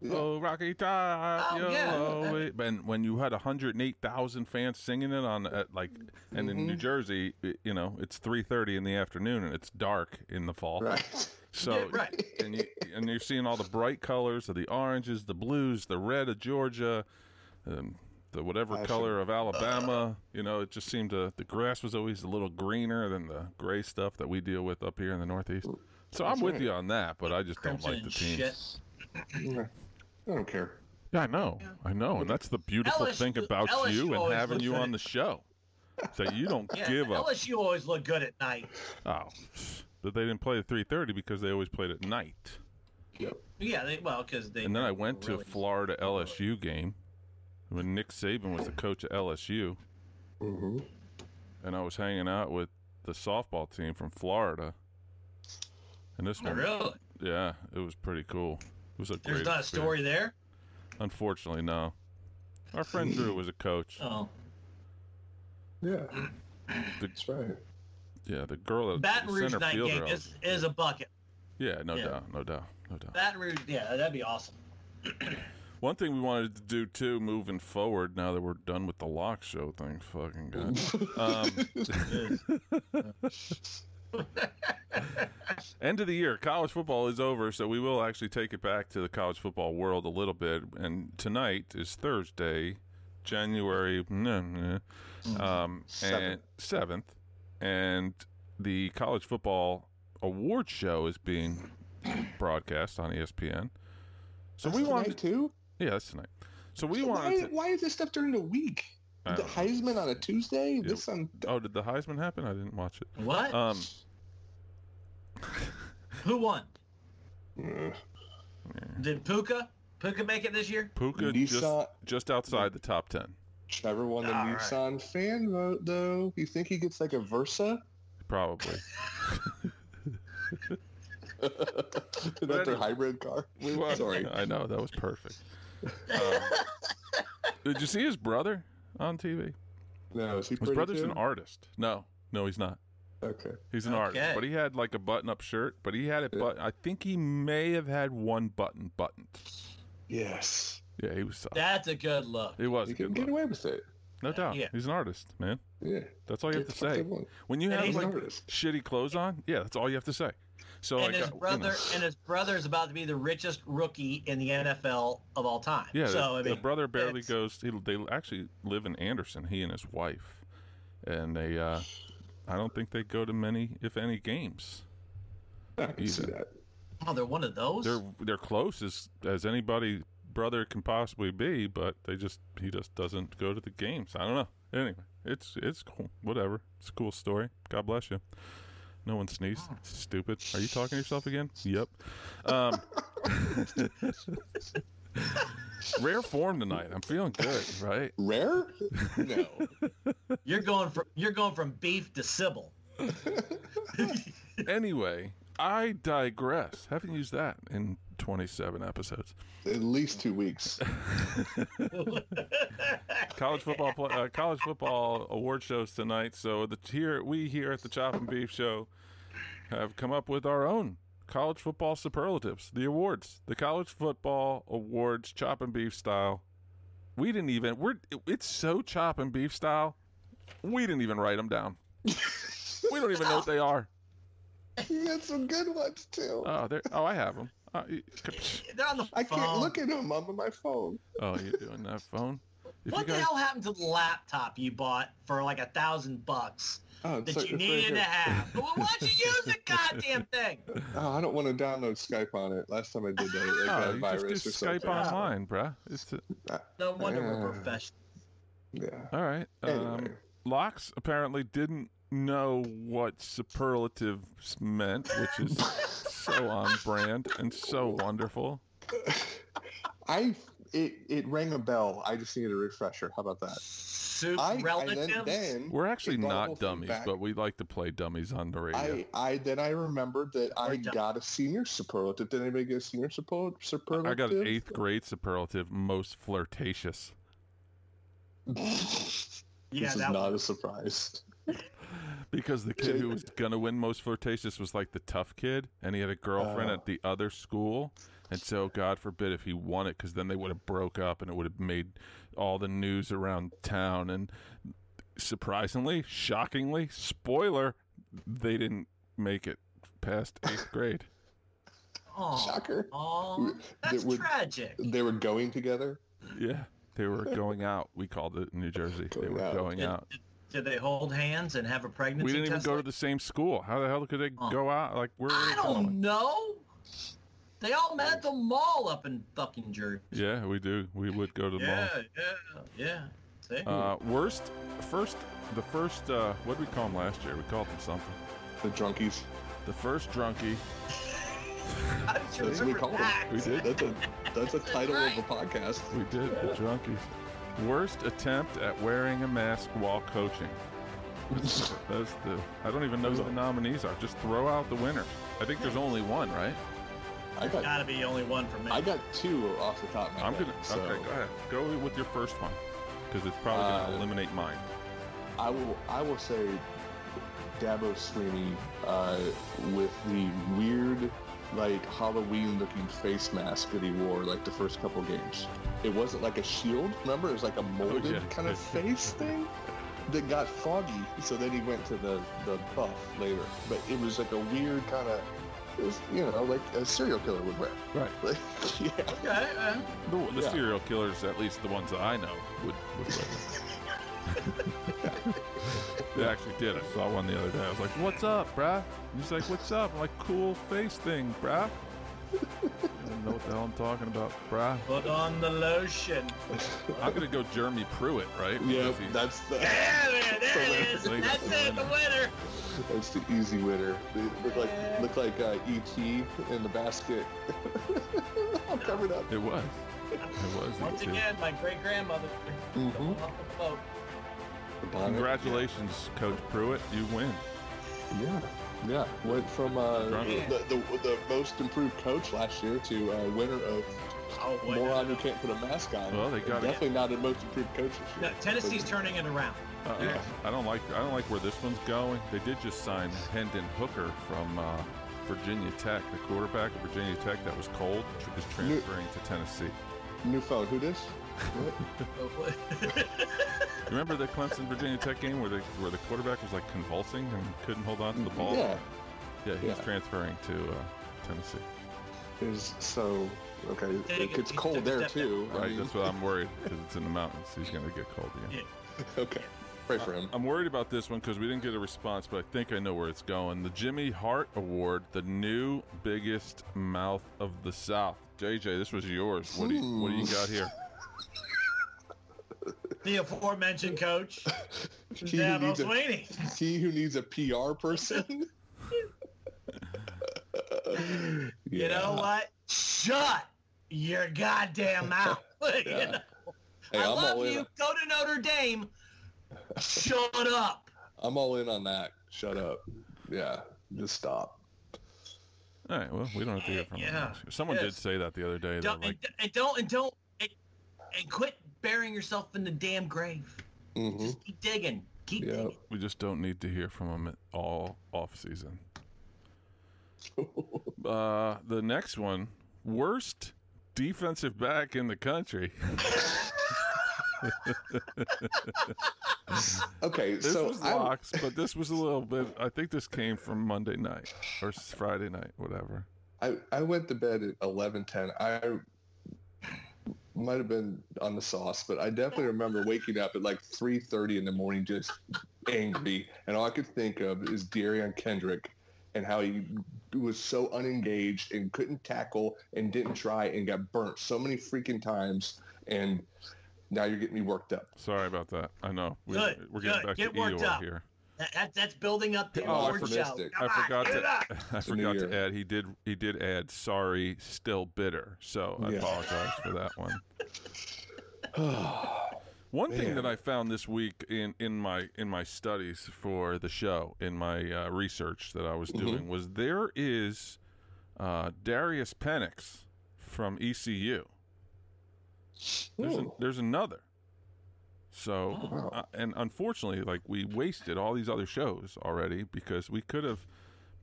S4: Yeah.
S1: Oh, Rocky Top,
S3: Oh, yeah.
S1: yo. And when you had 108,000 fans singing it on, at like, and in New
S3: Mm-hmm.
S1: Jersey, i- you know, it's 3.30 in the afternoon and it's dark in the fall.
S4: right.
S1: So,
S3: Yeah, right.
S1: <laughs> and, you, and you're seeing all the bright colors of the oranges, the blues, the red of Georgia, um, the whatever
S4: I should-
S1: color of Alabama. you know, it just seemed to, the grass was always a little greener than the gray stuff that we deal with up here in the Northeast. So I'm
S4: That's
S1: with
S4: right.
S1: you on that, but I just
S3: Crimson
S1: don't like the team.
S3: and shit.
S4: Yeah. I don't care.
S1: Yeah, I know. I know. And that's the beautiful
S3: LSU
S1: thing about you and
S3: always
S1: having
S3: looks
S1: you
S3: at
S1: on
S3: it.
S1: the show. is That you don't
S3: <laughs> Yeah,
S1: give up.
S3: LSU always look good at night.
S1: Oh, but they didn't play at 3:30 because they always played at night.
S4: Yep.
S3: Yeah, they, well, because they.
S1: And then I went to a
S3: really-
S1: Florida LSU game when Nick Saban was the coach of LSU,
S4: hmm
S1: and I was hanging out with the softball team from Florida. And this
S3: Oh,
S1: one,
S3: Really?
S1: yeah, it was pretty cool. It was a
S3: There's
S1: great
S3: not a
S1: experience.
S3: story there.
S1: Unfortunately, no. Our friend Drew was a coach.
S3: <laughs> Oh,
S4: Yeah,
S1: The-
S4: that's right.
S1: Yeah, the girl at
S3: Baton
S1: the
S3: Rouge
S1: center
S3: night
S1: fielder.
S3: game
S1: I was-
S3: is, is a bucket.
S1: yeah, no
S3: yeah.
S1: doubt, no doubt, no doubt.
S3: Baton Rouge, yeah, that'd be awesome.
S1: One thing we wanted to do too, moving forward, now that we're done with the lock show thing, fucking god. Um, <laughs> end of the year, college football is over, so we will actually take it back to the college football world a little bit. And tonight is Thursday, January mm, mm, um, and seventh, and the college football award show is being broadcast on E ESPN. So
S4: That's
S1: we
S4: tonight,
S1: wanted
S4: too.
S1: yeah, that's tonight. So we
S4: Why,
S1: wanted. To,
S4: why is this stuff during the week?
S1: I
S4: The
S1: don't
S4: Heisman on a Tuesday.
S1: Yep.
S4: This on
S1: oh, did the Heisman happen? I didn't watch it.
S3: What?
S1: Um,
S3: Who won?
S4: Ugh.
S3: Did Puka Puka make it this year?
S1: Puka just
S4: Nissan-
S1: just outside the top ten,
S4: Trevor won the
S3: All right.
S4: Nissan fan vote, though. You think he gets like a Versa? <laughs>
S1: probably.
S4: Is that their
S1: anyway.
S4: hybrid car?
S3: <laughs>
S4: Sorry.
S1: <laughs> I know that was perfect. Um, did you see his brother on TV?
S4: No, is he
S1: His
S4: pretty
S1: brother's
S4: too?
S1: an artist. No, no, he's not.
S4: Okay.
S1: He's an artist,
S3: Okay.
S1: but he had like a button-up shirt. But he had it,
S4: Yeah.
S1: but I think he may have had one button buttoned.
S4: Yes.
S1: Yeah, he was. Soft.
S3: That's a good look.
S1: It was a
S4: You can
S1: good
S4: get
S1: look.
S4: away with it.
S1: no doubt.
S3: Yeah.
S1: He's an artist, man.
S4: Yeah.
S1: That's all you have
S4: Get
S1: to
S4: what
S1: say.
S4: they want.
S1: When you
S3: And
S1: have
S4: He's
S3: he's
S4: an
S1: like
S4: artist.
S1: shitty clothes on, yeah, that's all you have to say. So
S3: and
S1: like,
S3: his
S1: uh, you know,
S3: brother and his brother is about to be the richest rookie in the NFL of all time.
S1: yeah,
S3: so I
S1: their, their
S3: mean,
S1: brother barely
S3: it's-
S1: goes. He, they actually live in Anderson. He and his wife, and they. Uh, I don't think they go to many, if any, games.
S4: I can see
S1: either.
S4: that.
S3: oh, they're one of those.
S1: They're they're close as as anybody brother can possibly be, but they just he just doesn't go to the games. I don't know. Anyway, it's it's cool. Whatever. It's a cool story. God bless you. No one sneezed. Stupid. Are you talking to yourself again? Yep. Um, <laughs> rare form tonight. I'm feeling good, right? <laughs>
S4: Rare? No.
S3: You're going from you're going from beef
S1: <laughs>
S3: to Sybil. <laughs>
S1: Anyway, I digress. Haven't used that in 27 episodes.
S4: At least
S1: <laughs>
S4: two weeks. <laughs>
S1: college football pla uh, college football award shows tonight. So the here we here at the Chop and Beef Show have come up with our own college football superlatives, the awards, the college football awards, chop and beef style. We didn't even we're it's so chop and beef style. We didn't even write them down. we don't even know what they are.
S4: You got some good ones too.
S1: Oh, they oh I have them. Oh, you,
S3: They're on the
S4: I can't
S3: phone.
S4: look at them. I'm on my phone.
S1: <laughs> oh, you doing that phone? If
S3: What
S1: you guys,
S3: the hell happened to the laptop you bought for like a thousand bucks
S4: Oh,
S3: that
S4: it's like-
S3: you
S4: it's right
S3: needed
S4: here.
S3: to have? Well, why'd you use
S1: <laughs>
S3: the goddamn thing?
S4: Oh, I don't want to download Skype on it. Last time I did that, it got
S1: oh,
S4: a
S1: you
S4: virus
S1: just do
S4: or
S1: Skype
S4: something.
S1: online, bruh. It's the-
S4: <laughs>
S3: No wonder
S4: Uh,
S3: we're professional.
S4: Yeah.
S1: all right. Um,
S4: Anyway.
S1: Locks apparently didn't know what superlative meant, which is so on brand and so wonderful.
S4: I it it rang a bell. I just needed a refresher. How about that?
S3: Soup
S4: I, I
S3: relatives.
S4: then, then
S1: We're actually
S4: It's all
S1: not dummies,
S4: feedback.
S1: but we like to play dummies on the radio.
S4: I I then I remembered that I
S3: Right down.
S4: got a senior superlative. Did anybody get a senior superl- superlative?
S1: I got an
S4: <laughs>
S1: eighth grade superlative, most flirtatious.
S3: yeah,
S4: this is
S3: that
S4: not a surprise.
S1: Because the kid
S4: <laughs>
S1: who was gonna win most flirtatious was like the tough kid, and he had a girlfriend
S4: Oh.
S1: at the other school, and so God forbid if he won it, because then they would have broke up, and it would have made all the news around town. And surprisingly, shockingly, spoiler, they didn't make it past
S4: <laughs>
S1: eighth grade.
S3: Oh,
S4: Shocker.
S3: oh, that's
S4: That would-
S3: tragic.
S4: They were going together.
S1: Yeah, they
S4: <laughs>
S1: were going out. We called it in New Jersey. They
S4: Going
S1: were
S4: out.
S1: going
S3: Did,
S1: out.
S3: did, did they hold hands and have a pregnancy
S1: We didn't even
S3: test
S1: go to
S3: like-
S1: the same school. How the hell could they
S3: Oh.
S1: go out? Like where were
S3: I
S1: they going?
S3: don't know. They all met at the mall up in fucking Jersey.
S1: Yeah, we do. We would go to the mall.
S3: Yeah, yeah, yeah. See?
S1: Uh, worst, first, the first, uh, what did we call him last year? We called him something.
S4: The drunkies.
S1: The first drunkie.
S3: How did you
S4: That's what we
S3: remember
S4: call
S3: that?
S4: them.
S1: We did.
S4: That's a
S3: <laughs>
S4: that's a title of a podcast.
S1: We did, the drunkies. Worst attempt at wearing a mask while coaching. That's the, I don't even know who the nominees are. Just throw out the winners. I think there's only one, right?
S4: <laughs> I got
S3: Gotta be only one for me.
S4: I got two off the top. Of my
S1: I'm
S4: head,
S1: gonna.
S4: so
S1: Okay, go ahead. Go with your first one, because it's probably gonna
S4: Uh,
S1: eliminate mine.
S4: I will. I will say, Dabo Sweeney uh, with the weird, like Halloween-looking face mask that he wore like the first couple games. It wasn't like a shield. Remember, it was like a molded
S1: yeah.
S4: kind of face thing that got foggy. So then he went to the the buff later. But it was like a weird kind of. It was, you know, like a serial killer would wear. <laughs>
S1: Right.
S4: Like, yeah.
S3: Okay, uh,
S1: The, the
S4: Yeah.
S1: serial killers, at least the ones that I know, would. would win.
S4: <laughs>
S1: they actually did. I saw one the other day. I was like, "What's up, bruh?" And he's like, "What's up?" I'm like, "Cool face thing, bruh." I don't know what the hell I'm talking about, bruh.
S3: put on the
S4: <laughs>
S3: lotion.
S1: I'm gonna go Jeremy Pruitt, right?
S4: Yeah,
S1: Because he's-
S4: that's the.
S3: <laughs> There it, there it is.
S1: Like-
S3: That's it, the winner.
S4: That's the easy winner. They look like look like uh, ET in the basket. <laughs> I'll cover it up.
S1: it was. It was.
S3: Once
S1: it Hmm? was.
S3: again, my great grandmother.
S4: Mhm.
S3: Off the boat.
S4: The bonnet.
S1: Congratulations, Coach Pruitt. You win.
S4: Yeah, yeah. Went from uh,
S1: Congratulations.
S4: the, the the most improved coach last year to uh, winner of
S3: Oh, wait, no,
S4: moron
S3: no,
S4: who can't put a mask on.
S1: Well, they got it.
S4: definitely not a most improved coach this
S3: no.
S4: year.
S3: No, Tennessee's turning it
S4: <laughs>
S3: around.
S1: Uh,
S4: Yeah.
S1: I don't like I don't like where this one's going. They did just sign Hendon Hooker from uh, Virginia Tech, the quarterback of Virginia Tech that was cold, tr- is transferring to Tennessee.
S4: New phone. Who this?
S1: You remember the Clemson Virginia Tech game where the where the quarterback was like convulsing and couldn't hold on to the ball?
S4: Yeah.
S1: yeah he's
S4: Yeah.
S1: transferring to uh, Tennessee.
S4: Is so okay.
S3: Take
S4: It
S3: it-
S4: gets
S3: take
S4: cold
S3: a
S4: there
S3: step
S4: too. I
S1: Right,
S4: mean,
S1: that's what I'm worried because it's in the mountains. He's gonna get cold again.
S3: Yeah.
S4: okay. Pray for him.
S1: I'm worried about this one because we didn't get a response, but I think I know where it's going. The Jimmy Hart Award, the new biggest mouth of the South. JJ, this was yours. What do you, what do you got here?
S3: the aforementioned coach,
S4: He who
S3: Dabo
S4: needs a-
S3: Sweeney.
S4: <laughs> he who needs a PR person. <laughs>
S3: You know
S4: Yeah.
S3: what? Shut your
S4: <laughs>
S3: goddamn mouth. <laughs> You
S4: Yeah.
S3: know?
S4: Hey,
S3: I
S4: I'm all
S3: love
S4: in.
S3: you. Go to Notre Dame. Shut up.
S4: I'm all in on that. Shut up. Yeah, just stop.
S1: All right, well, we don't have to hear from him.
S3: Yeah.
S1: Someone did
S3: Yes.
S1: say that the other day. That,
S3: Don't,
S1: like,
S3: and, and don't and don't and, and quit burying yourself in the damn grave. <laughs>
S4: hmm
S3: Just keep digging. Keep
S4: Yep.
S3: digging.
S1: we just don't need to hear from him at all off season. Uh, the next one, worst defensive back in the
S3: <laughs>
S1: country.
S4: <laughs>
S1: <laughs>
S4: Okay,
S1: This
S4: so
S1: was
S4: I,
S1: locks, but this was a little bit. I think this came from Monday night or s- Friday night, whatever.
S4: I I went to bed at eleven ten. I might have been on the sauce, but I definitely remember waking up at like three thirty in the morning, just angry, and all I could think of is Darian Kendrick and how he was so unengaged and couldn't tackle and didn't try and got burnt so many freaking times, and now you're getting me worked up. <sighs>
S1: Sorry about that. I know. We,
S3: Good,
S1: We're getting
S3: good.
S1: back
S3: Get
S1: to
S3: worked
S1: Eeyore
S3: up.
S1: here. <laughs>
S3: That, that, that's building up the
S4: Oh, I
S3: award show.
S4: forgot-
S1: I
S3: Come on,
S1: forgot
S3: get it
S4: <laughs>
S3: up.
S1: to. I
S4: It's a new
S1: forgot to
S4: year.
S1: add. He did. He did add. Sorry, still bitter. So I
S4: Yeah.
S1: apologize for that one. One thing that
S4: Man.
S1: I found this week in, in my in my studies for the show, in my uh, research that I was
S4: Mhm.
S1: doing, was there is uh, Darius Penix from ECU. There's, an
S4: Ooh.
S1: there's another. So,
S4: Wow.
S1: uh, and unfortunately, like we wasted all these other shows already because we could have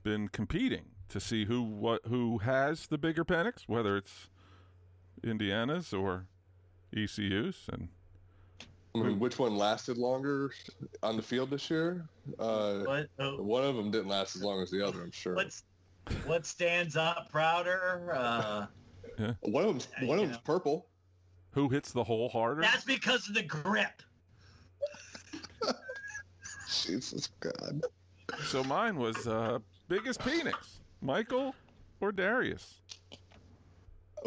S1: been competing to see who what who has the bigger Penix, whether it's Indiana's or ECU's, and
S4: I mean, which one lasted longer on the field this year? Uh,
S3: What, oh,
S4: one of them didn't last as long as the other, I'm sure.
S3: what's, what stands up prouder? Uh,
S4: One of them's one of
S3: Yeah.
S4: them's purple.
S1: who hits the hole harder.
S3: that's because of the grip.
S4: Jesus God.
S1: So mine was uh, biggest penis, Michael or Darius.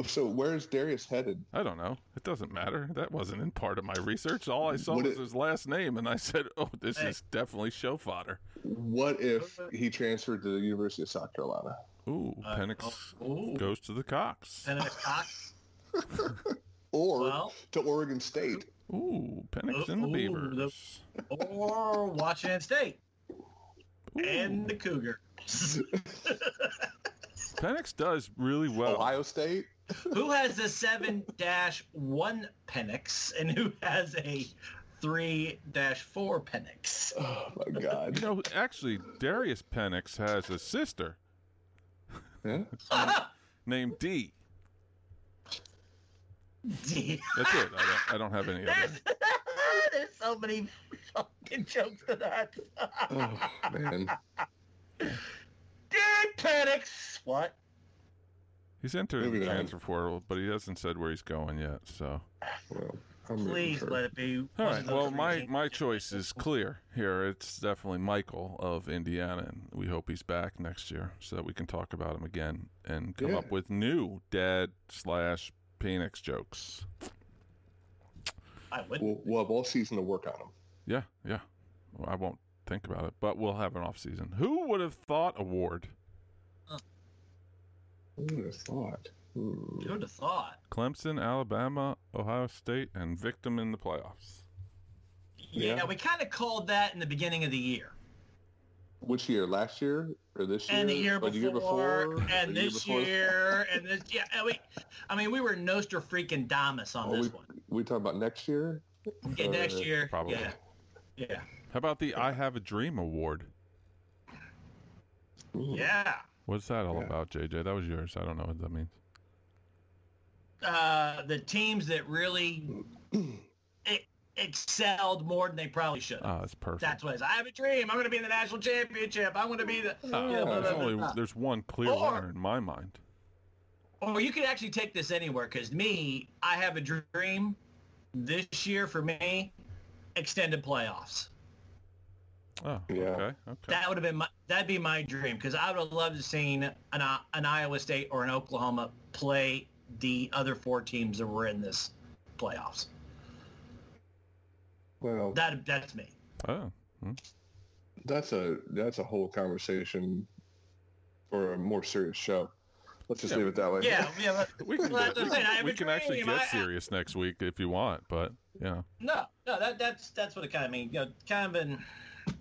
S4: So where's Darius headed?
S1: I don't know. It doesn't matter. That wasn't in part of my research. All I saw
S4: Would
S1: was
S4: it-
S1: his last name, and I said, "Oh, this
S3: Hey.
S1: is definitely show fodder."
S4: What if he transferred to the University of South Carolina?
S1: Ooh,
S3: Uh,
S1: Penix
S3: oh, ooh.
S1: goes to the Cox.
S4: <laughs>
S3: Senator Cox.
S4: Or
S3: Well,
S4: to Oregon State.
S1: Ooh, Penix
S3: Oh,
S1: and the
S3: ooh, the-
S1: Beavers.
S3: or Washington State
S1: <laughs> Ooh.
S3: and the Cougar.
S1: Penix does really well.
S4: Ohio State.
S3: who has the seven dash one Penix and who has a three dash four Penix?
S4: Oh my
S1: you
S3: <laughs>
S4: God.
S1: know, actually, Darius Penix has a sister
S4: Yeah.
S3: <laughs>
S1: named Dee.
S3: D.
S1: That's it. I don't, I don't have any other.
S3: There's, <laughs> there's so many fucking jokes to that.
S4: Oh man.
S3: Dude, Penix. What?
S1: He's entered
S4: Moving
S1: the
S4: on.
S1: transfer portal, but he hasn't said where he's going yet. So,
S4: Well, I'm rooting
S3: Please
S4: for-
S3: let it be.
S1: all
S3: one
S1: right.
S3: of those
S1: Well,
S3: three
S1: my
S3: teams.
S1: my choice is clear here. It's definitely Michael of Indiana, and we hope he's back next year so that we can talk about him again and come
S4: Yeah.
S1: up with new dad slash Penix jokes.
S3: I would.
S4: We'll, we'll have all season to work on them.
S1: Yeah, yeah. Well, I won't think about it, but we'll have an off season. Who would have thought award?
S4: Who would have thought? Hmm.
S3: Who'd have thought?
S1: Clemson, Alabama, Ohio State, and victim in the playoffs.
S3: Yeah,
S4: Yeah.
S3: we kind of called that in the beginning of the year.
S4: Which year? Last year or this year?
S3: and the year
S4: Or
S3: before,
S4: the year before?
S3: and
S4: Or the
S3: this
S4: before?
S3: year, and this yeah, and we, I mean, we were Nostra freaking Damas on
S4: Oh,
S3: this
S4: we- <laughs> We talking about next year?
S3: one. Yeah, next
S4: uh,
S3: year,
S1: probably.
S3: yeah, yeah,
S1: How about the I Have a Dream award?
S4: Hmm.
S3: yeah.
S1: What's that all
S4: Yeah.
S1: about, JJ? That was yours. I don't know what that means.
S3: Uh, the teams that really e- excelled more than they probably should.
S1: Ah, it's perfect.
S3: That's what it is. I have a dream. I'm going to be in the national championship. I'm going to be the.
S1: Ah,
S3: yeah, blah,
S1: there's,
S3: blah, blah,
S1: only,
S3: blah.
S1: there's one clear
S3: Or-
S1: winner in my mind.
S3: Or you could actually take this anywhere because me, I have a dream this year for me, extended playoffs.
S1: Oh,
S4: Yeah.
S1: okay, okay.
S3: That would have been my, that'd be my dream because I would have loved to seen an, I- an Iowa State or an Oklahoma play the other four teams that were in this playoffs.
S4: Well,
S3: That that's me.
S1: oh,
S4: that's a that's a whole conversation for a more serious show. Let's just
S1: Yeah.
S4: leave it that way.
S3: Yeah, yeah. but-
S1: we can,
S3: Well, that's what I'm saying. I have
S1: we
S3: a
S1: can actually
S3: dream.
S1: get
S3: I- I-
S1: serious next week if you want, but yeah,
S3: No, no, that that's that's what it kind of means. You know, kind of an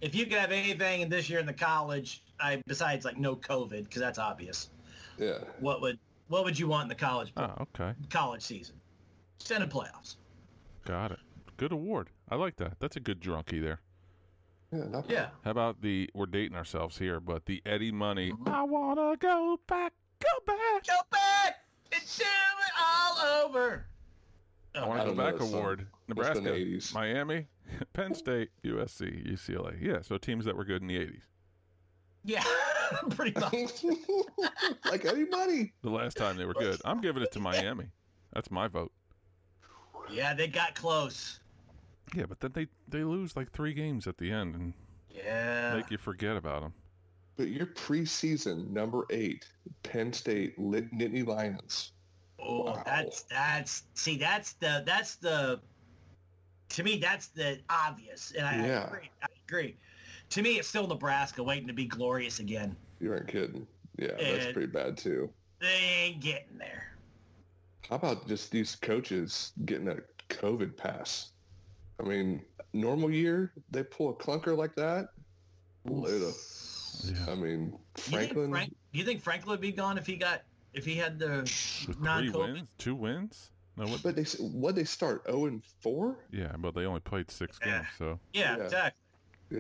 S3: if you could have anything in this year in the college, I besides like no COVID because that's obvious.
S4: <laughs> yeah.
S3: What would what would you want in the college
S1: oh, okay,
S3: college season? Extended playoffs.
S1: got it. Good award. I like that. That's a good drunkie there.
S4: Yeah, not bad.
S3: Yeah,
S1: How about the we're dating ourselves here, but the Eddie Money?
S4: Mm-hmm.
S1: I wanna go back, go back.
S3: go back and do it all over.
S1: I
S3: Oh,
S1: want
S4: I
S1: to go
S4: don't know
S1: back
S4: that song.
S1: award.
S4: Must have been
S1: Nebraska,
S4: the 80s. <laughs>
S1: Miami, <laughs> Penn State, USC, UCLA. Yeah, so teams that were good in the '80s.
S3: yeah, <laughs> pretty much.
S4: like anybody.
S1: The last time they were good. I'm giving it to Miami. That's my vote.
S3: Yeah, they got close.
S1: Yeah, but then they they lose like three games at the end and
S3: Yeah,
S1: make you forget about them.
S4: But your preseason number eight, Penn State Lit- Nittany Lions.
S3: Oh,
S4: Wow.
S3: that's that's see, that's the that's the to me that's the obvious, and I,
S4: Yeah.
S3: I agree. I agree. To me, it's still Nebraska waiting to be glorious again.
S4: You aren't kidding. Yeah, that's
S3: And-
S4: pretty bad too.
S3: They ain't getting there.
S4: How about just these coaches getting a COVID pass? I mean, normal year they pull a clunker like that. Later.
S1: Yeah,
S4: I mean,
S3: You think
S4: Franklin.
S3: Frank, do you think Franklin would be gone if he got if he had the
S1: with three
S3: non-COVID?
S1: wins, two wins. No, what?
S4: But they what they start zero and four.
S1: Yeah, but they only played six
S3: Yeah.
S1: games, so
S3: Yeah,
S4: Yeah.
S3: exactly.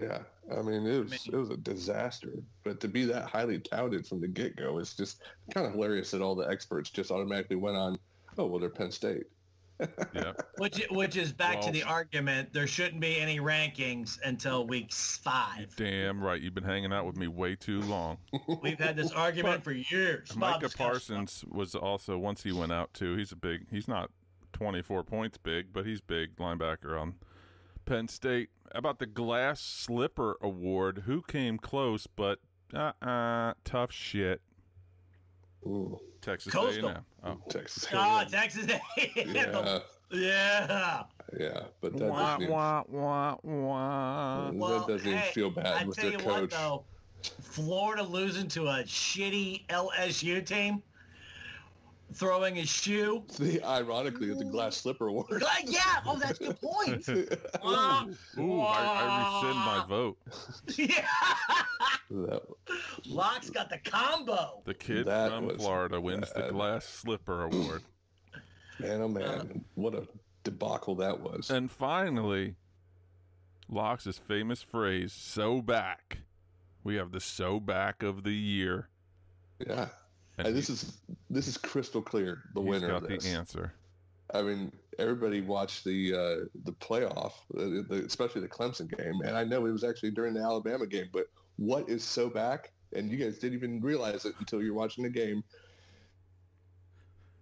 S4: Yeah, I mean it was it was a disaster. But to be that highly touted from the get go is just kind of hilarious that all the experts just automatically went on. Oh well, they're Penn State.
S1: yeah.
S3: Which i- which is back to
S1: Well-
S3: the argument there shouldn't be any rankings until week
S1: You
S3: five.
S1: damn right. You've been hanging out with me way too long.
S3: We've had this argument for years. Bob
S1: Micah
S3: discussed-
S1: Parsons was also once he went out too. He's a big. He's not 24 points big, but he's big linebacker on Penn State. How about the Glass Slipper Award? Who came close, but uh uh tough shit.
S4: <laughs> Ooh,
S1: Texas
S3: Coastal.
S1: A&M. Oh.
S4: Texas.
S3: Ah,
S4: A&M.
S3: Texas <laughs> A&M.
S4: yeah,
S3: Yeah.
S4: yeah, but that
S1: Wah,
S4: doesn't,
S1: wah, wah, wah.
S4: even,
S3: Well,
S4: that doesn't even
S3: hey,
S4: feel bad
S3: I
S4: with
S3: tell
S4: their
S3: you
S4: coach.
S3: what,
S4: <laughs>
S3: though, Florida losing to a shitty LSU team. throwing his shoe.
S4: The, ironically, the glass slipper award.
S3: God, yeah. Oh, that's a good
S4: <laughs>
S3: point. Ah,
S1: Ooh, I, I rescind my vote.
S3: yeah.
S4: That-
S3: Locke's got the combo.
S1: The kid
S4: That
S1: from
S4: was
S1: Florida wins the
S4: bad.
S1: glass slipper award.
S4: man, oh
S3: Uh.
S4: man, what a debacle that was.
S1: and finally, Locke's famous phrase, so back. We have the so back of the year.
S4: Yeah,
S1: And
S4: And this
S1: he-
S4: is this is crystal clear the
S1: he's
S4: winner
S1: got
S4: of this.
S1: the answer.
S4: I mean, everybody watched the uh, the playoff, uh, the, especially the Clemson game, and I know it was actually during the Alabama game. But what is so back? And you guys didn't even realize it until you're watching the game.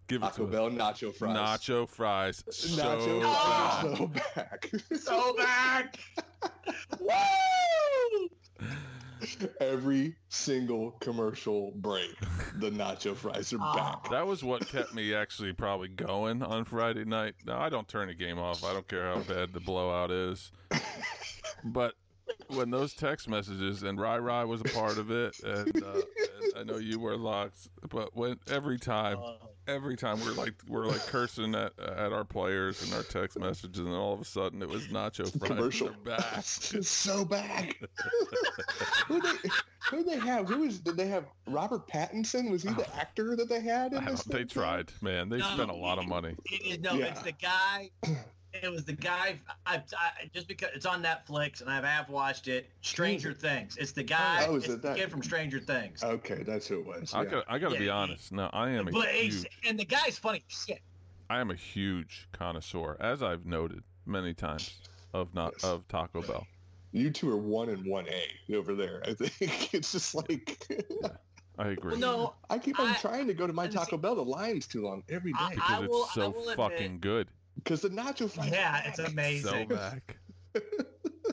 S1: Give it to
S4: Taco
S1: us.
S4: Bell nacho fries.
S1: Nacho fries. So
S4: Nacho
S1: back.
S4: fries are <laughs> so back.
S3: So
S4: <laughs>
S3: back. Woo!
S4: Every single commercial break, the nacho fries are
S3: Ah.
S4: back.
S1: That was what kept me actually probably going on Friday night. No, I don't turn the game off. I don't care how bad the blowout is. But when those text messages and Rai Rai was a part of it, and, uh, and I know you were locked, but when every time,
S3: Oh.
S1: every time we're like we're like cursing at at our players and our text messages, and all of a sudden it was Nacho Fries
S4: Commercial.
S1: are back.
S4: <laughs> It's
S1: <laughs>
S4: so back. who they who they have? Who was did they have? Robert Pattinson was he
S1: <sighs>
S4: the actor that they had in
S1: I
S4: this?
S1: don't- They
S4: thing?
S1: tried, man. They spent a lot of money.
S3: It- it- no,
S4: Yeah.
S3: it's the guy. It was the guy. I, I just because it's on Netflix and I've half watched it. Stranger Things. It's the guy.
S4: Oh, is
S3: it's
S4: it
S3: the
S4: that- Oh,
S3: kid from Stranger Things.
S4: Okay, that's who it was.
S1: I
S4: yeah.
S1: got I got to be
S3: Yeah.
S1: honest. No, I am a
S3: but
S1: huge
S3: he's, and the guy's funny as shit.
S1: I am a huge connoisseur, as I've noted many times, of not of Taco Bell.
S4: You two are one and one A over there. I think <laughs> it's just like
S1: I agree.
S3: Well, no,
S4: I keep on
S3: I-
S4: trying to go to my
S3: and see-
S4: Taco Bell. The line's too long every
S3: I-
S4: day
S1: because
S3: I will-
S1: it's so
S3: will admit-
S1: fucking good.
S4: because the nacho fries.
S3: yeah,
S4: are <laughs>
S3: it's
S4: back.
S1: So
S3: amazing.
S1: back.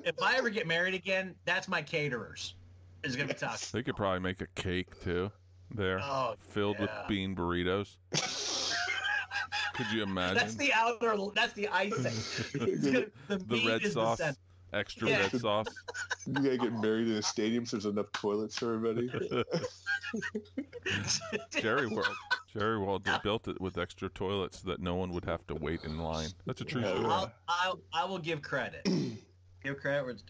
S3: if I ever get married again, that's my caterers. Is gonna be tough.
S1: They could probably make a cake too, there,
S3: Oh,
S1: filled with
S3: yeah.
S1: bean burritos. Could you
S3: That's
S1: imagine
S3: the outer. That's the icing. It's
S4: <laughs>
S3: gonna- the
S1: the
S3: meat
S1: red
S3: is
S1: sauce,
S3: The center.
S1: extra
S3: Yeah.
S1: red sauce?
S4: You gotta get married in a stadium so there's enough toilets for everybody. <laughs>
S1: Jerry World, Jerry World, they built it with extra toilets so that no one would have to wait in line. That's a true
S4: Yeah.
S1: story.
S3: <laughs> I'll, I'll, I will give credit. give credit where it's-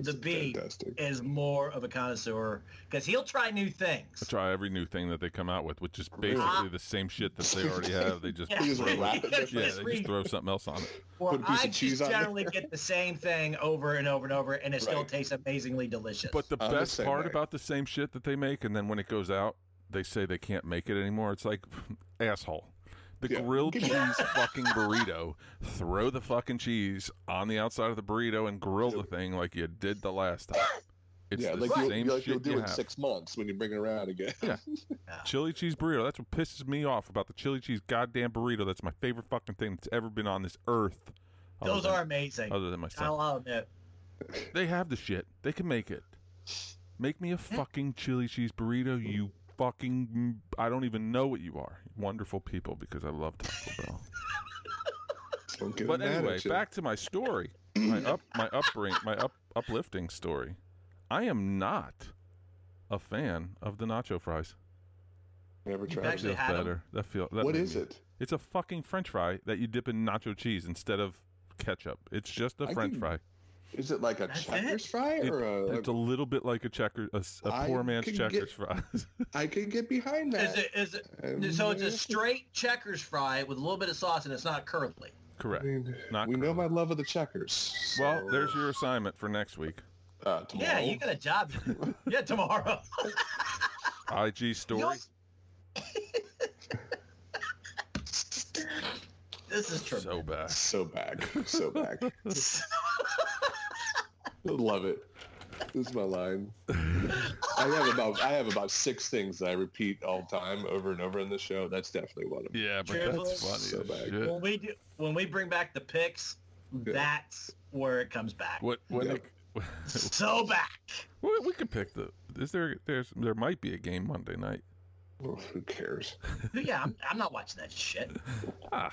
S3: the B
S4: Fantastic.
S3: is more of a connoisseur because he'll try new things.
S1: I try every new thing that they come out with, which is
S4: Really?
S1: basically the same shit that they already have. They
S4: <laughs>
S1: just
S3: Yeah.
S4: He was
S1: throw it-
S3: <laughs>
S4: rap it.
S1: <laughs>
S3: Yes,
S1: Yeah,
S3: yes,
S1: they
S3: we-
S1: just throw something else on it.
S3: Well,
S4: put a piece
S3: I
S4: of cheese
S3: just
S4: on there.
S3: generally get the same thing over and over and over, and it still
S4: Right.
S3: tastes amazingly delicious.
S1: But the
S4: I'm the
S1: best
S4: same
S1: part
S4: way.
S1: about the same shit that they make, and then when it goes out, they say they can't make it anymore. It's like <laughs> asshole. The
S4: Yeah.
S1: grilled
S4: Get-
S1: cheese
S4: <laughs>
S1: fucking burrito. Throw the fucking cheese on the outside of the burrito and grill the thing like you did the last time. It's
S4: yeah,
S1: the
S4: like, you'll,
S1: same
S4: like
S1: shit
S4: you'll do
S1: you
S4: in
S1: have.
S4: six months when you bring it around again.
S1: Yeah. chili cheese burrito. That's what pisses me off about the chili cheese goddamn burrito. That's my favorite fucking thing that's ever been on this earth. other
S3: Those
S1: than-
S3: are amazing.
S1: other than myself.
S3: I'll admit.
S1: They have the shit. They can make it. Make me a fucking chili cheese burrito, you fucking. I don't even know what you are. Wonderful people, because I love Taco
S4: <laughs>
S1: Bell.
S4: <laughs> Don't get
S1: but
S4: mad at
S1: anyway,
S4: you.
S1: back to my story. My up, my upbring, my up, uplifting story. I am not a fan of the nacho fries.
S4: Never tried
S1: That
S3: actually
S1: feels
S4: it.
S3: had 'em.
S1: better. That feel. That
S4: What
S1: made
S4: is
S1: me-
S4: it?
S1: It's a fucking French fry that you dip in nacho cheese instead of ketchup. It's just a
S4: I
S1: French
S4: can-
S1: fry.
S4: Is it like a
S3: That's
S4: checkers fry
S1: It-
S4: or a?
S1: It's a little bit like a checker, a, s- a
S4: I
S1: poor man's
S4: can
S1: checkers
S4: get-
S1: fries.
S4: I could get behind
S3: Is
S4: that.
S3: it, is it,
S4: Um,
S3: so it's a straight checkers fry with a little bit of sauce, and it's not curly.
S4: I
S1: <laughs> Correct.
S4: mean,
S1: Not
S4: we know
S1: curly.
S4: my love of the checkers.
S1: Well,
S4: so,
S1: there's your assignment for next week.
S4: uh, tomorrow.
S3: Yeah, you got a job. yeah, tomorrow.
S1: IG story.
S3: <laughs> this is true.
S1: So bad.
S4: <laughs> so back, so
S3: <laughs>
S4: back. <laughs> love it. This is my line. I have about I have about six things that I repeat all the time over and over in the show. That's definitely one of them.
S1: Yeah, but
S3: Triple.
S1: that's funny.
S4: So
S1: as
S4: bad.
S1: shit.
S3: when we do, when we bring back the picks, that's where it comes back.
S1: What? When
S4: Yep.
S1: <laughs> it,
S3: So back.
S1: we, we could pick the. Is there? There's. There might be a game Monday night.
S4: Oh, who cares?
S3: Yeah, I'm, I'm not watching that shit.
S1: Ah.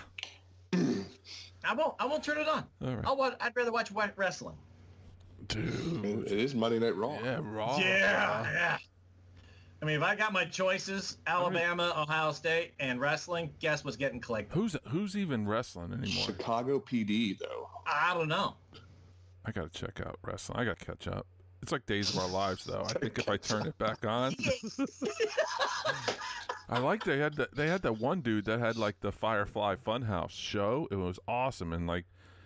S3: I won't. I won't turn it on.
S1: All
S4: Oh.
S1: right.
S3: I want. I'd rather watch white wrestling.
S4: It
S1: Dude. Mm-hmm.
S4: it is Monday Night Raw.
S1: Oh. Yeah. Raw.
S3: yeah, yeah. I mean, if I got my choices, Alabama, Ohio State, and wrestling, guess what's getting clicked?
S1: Who's who's even wrestling anymore?
S4: Chicago PD though.
S3: I
S1: <laughs>
S3: don't know.
S1: I gotta check out wrestling. I gotta catch up. It's like Days of Our Lives though. I think if I turn it back on, I like they had the, they had that one dude that had like the Firefly Funhouse show. It was awesome and like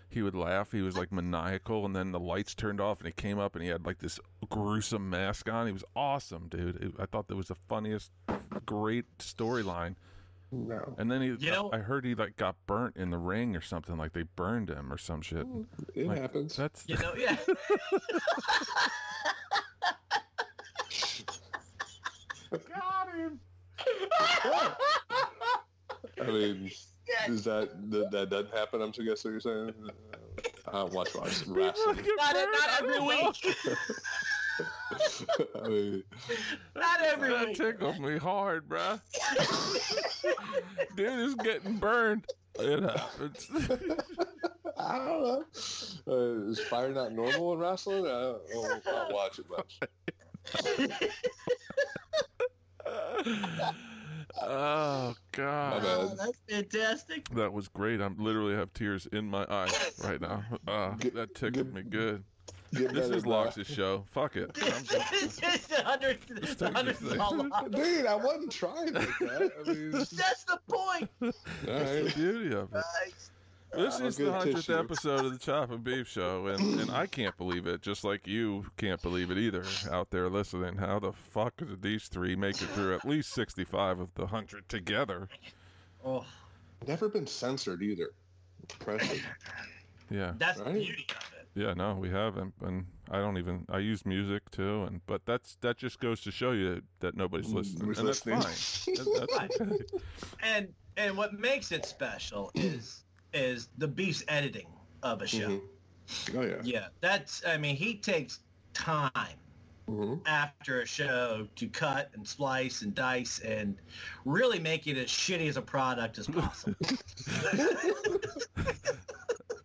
S1: he would laugh. He was like maniacal, and then the lights turned off, and he came up and he had like this gruesome mask on. He was awesome, dude. It- I thought that was the funniest, great storyline.
S4: No,
S1: And then he,
S3: You know-
S1: I heard he like got burnt in the ring or something. Like they burned him or some shit.
S4: it
S1: Like,
S4: happens.
S1: That's <laughs>
S3: You know, yeah.
S4: I mean, is that that, that doesn't happen? I'm guessing what you're saying. Uh, watch watch
S1: <laughs>
S4: wrestling.
S1: Not,
S3: not
S1: <laughs>
S3: every week.
S4: <laughs> I mean,
S3: Not every
S1: That
S3: week.
S1: tickled me hard, bruh. <laughs> Dude is getting burned. It happens. <laughs>
S4: I don't know. Uh, is fire not normal in wrestling? I don't, I don't- I don't watch it much.
S1: oh
S4: My
S1: god.
S4: bad.
S5: Oh, that's fantastic.
S1: That was great. I'm literally have tears in my eyes right now. Uh,
S4: Good-
S1: that tickled
S4: good-
S1: me good.
S4: Get
S1: This
S4: better,
S1: is
S4: bro.
S1: Lox's show. Fuck it. <laughs> I'm
S3: <laughs>
S1: just-
S4: <laughs>
S5: it's just a hundred,
S1: Let's
S5: a
S1: take
S5: hundred
S1: this thing.
S5: dollars.
S4: Dude, I wasn't trying like that. I mean,
S5: That's the point.
S1: That's the beauty of it.
S5: guys.
S1: This
S4: I'm Uh, a
S1: is the
S4: good
S1: hundredth
S4: tissue.
S1: episode of the Chop and Beef Show, and, and I can't believe it. Just like you can't believe it either out there listening. How the fuck did these three make it through at least sixty-five of the hundred together?
S3: Oh,
S4: never been censored either. Impressive.
S1: Yeah,
S3: that's the
S4: Right.
S3: beauty of it.
S1: yeah. No, we haven't, and I don't even. I use music too, and but that's that just goes to show you that nobody's listening,
S4: Who's
S1: and that's fine.
S4: Mm, listening? <laughs>
S1: That- that's okay.
S3: And and what makes it special is is the beef's editing of a show.
S4: Mhm. Oh yeah.
S3: Yeah, that's. I mean, he takes time
S4: Mhm.
S3: after a show to cut and splice and dice and really make it as shitty as a product as
S4: <laughs>
S3: possible.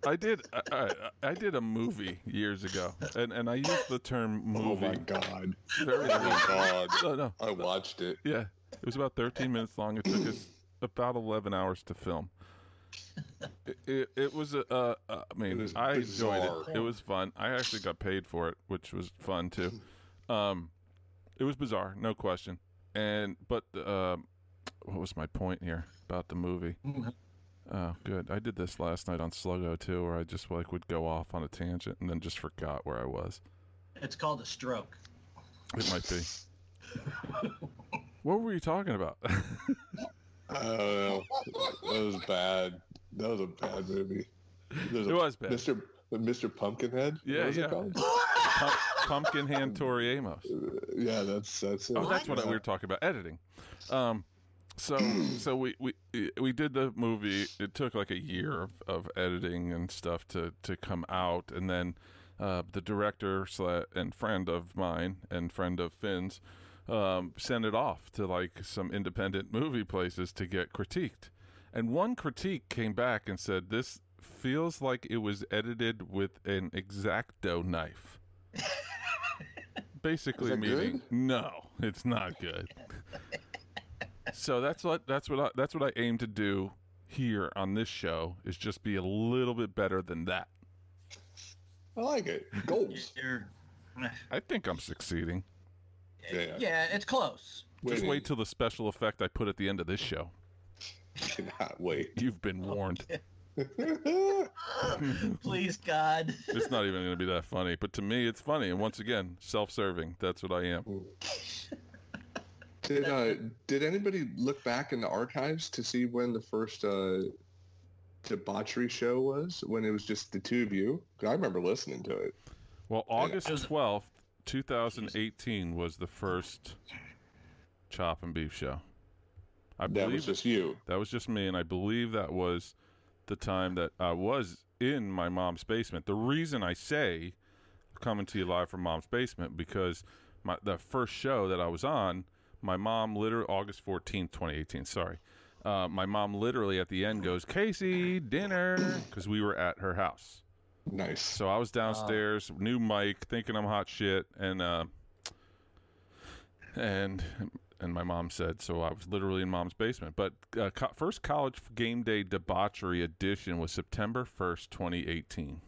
S1: I did. I, I, I did a movie years ago, and and I used the term
S4: Oh
S1: movie
S4: my god.
S1: very.
S4: Oh my god.
S1: No, no.
S4: I watched it.
S1: Yeah, it was about 13 minutes long. It took
S4: <coughs>
S1: us about 11 hours to film. It, it, it was a, uh, uh, I mean,
S4: was
S1: I enjoyed
S4: bizarre.
S1: it. It was fun. I actually got paid for it, which was fun
S4: <laughs>
S1: too. Um, it was bizarre, no question. And but um, what was my point here about the movie? Oh, good. I did this last night on Sluggo too, where I just like would go off on a tangent and then just forgot where I was.
S3: it's called a stroke.
S1: It might be.
S4: <laughs>
S1: what were you talking about? <laughs>
S4: I don't know. That was bad. That was a bad movie. There's
S1: it
S4: a-
S1: was bad.
S4: Mr. Mr. Pumpkinhead.
S1: Yeah,
S4: What was
S1: yeah.
S4: It called?
S1: Pump, pumpkin hand Tori Amos.
S4: Yeah, that's that's it.
S1: Oh, that's what I- we were talking about editing. Um, so so we, we we did the movie. It took like a year of, of editing and stuff to to come out, and then uh, the director sla- and friend of mine and friend of Finn's um, sent it off to like some independent movie places to get critiqued. And one critique came back and said, "This feels like it was edited with an exacto
S4: <laughs>
S1: knife." Basically,
S4: that
S1: meaning
S4: good?
S1: no, it's not good. so that's what that's what I, that's what I aim to do here on this show is just be a little bit better than that.
S4: I like it. Goals.
S3: You're-
S1: I think I'm succeeding.
S4: Yeah.
S3: yeah, it's close.
S1: Just
S4: Waiting.
S1: wait till the special effect I put at the end of this show.
S4: Cannot wait. <laughs>
S1: You've been warned.
S5: Please, God.
S1: It's not even going to be that funny, but to me, it's funny. And once again, self-serving. That's what I am.
S4: did uh, did anybody look back in the archives to see when the first uh, debauchery show was? When it was just the two of you? 'Cause I remember listening to it.
S1: Well, August
S3: It was-
S1: twelfth, two thousand eighteen, was the first Chop and Beef show. I
S4: That
S1: believe
S4: was just you.
S1: That was just me, and I believe that was the time that I was in my mom's basement. The reason I say coming to you live from mom's basement because my the first show that I was on, my mom literally August fourteenth, twenty eighteen. Sorry, uh, my mom literally at the end goes, "Casey, dinner," because we were at her house.
S4: Nice.
S1: So I was downstairs, new mic, thinking I'm hot shit, and uh, and and my mom said so. I was literally in mom's basement. But uh, co- first college game day debauchery edition was September first, twenty eighteen.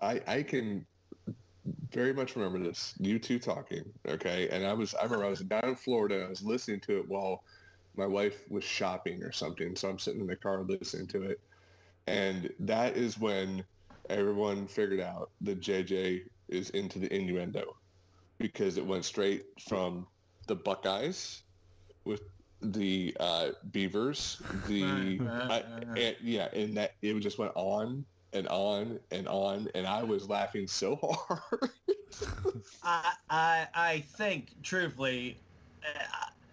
S4: I I can very much remember this. You two talking, okay? And I was I remember I was down in Florida. and I was listening to it while my wife was shopping or something. So I'm sitting in the car listening to it, and that is when everyone figured out that JJ is into the innuendo because it went straight from the Buckeyes with the uh, Beavers, the I, and, yeah, and that it just went on and on and on, and I was laughing so <laughs> hard.
S3: I, I, I think truthfully, uh,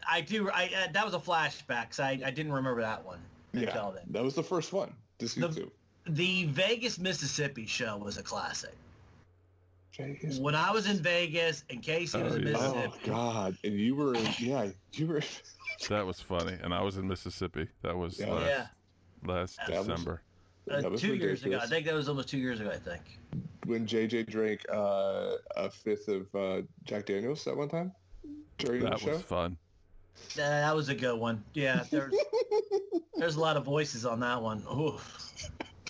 S3: I do. I uh, that was a flashback. 'cause I, I didn't remember that one until then.
S4: that was the first one. This
S3: The-
S4: YouTube.
S3: The Vegas, Mississippi show was a classic.
S4: Jeez.
S3: When I was in Vegas and Casey was
S1: Oh,
S3: in
S1: yeah.
S4: Oh
S3: Mississippi,
S4: God! And you were, yeah, you were.
S1: That was funny, and I was in Mississippi. That was
S4: Yeah.
S1: last,
S3: yeah,
S1: last
S4: That was-
S1: December.
S3: uh,
S4: that was
S3: two years ago. I
S4: ridiculous.
S3: think that was almost two years ago. I think.
S4: When JJ drank uh, a fifth of uh, Jack Daniels that one time during the
S1: That
S4: show.
S1: was fun.
S3: Uh, that was a good one. Yeah,
S4: <laughs>
S3: there's there's a lot of voices on that one. Ooh,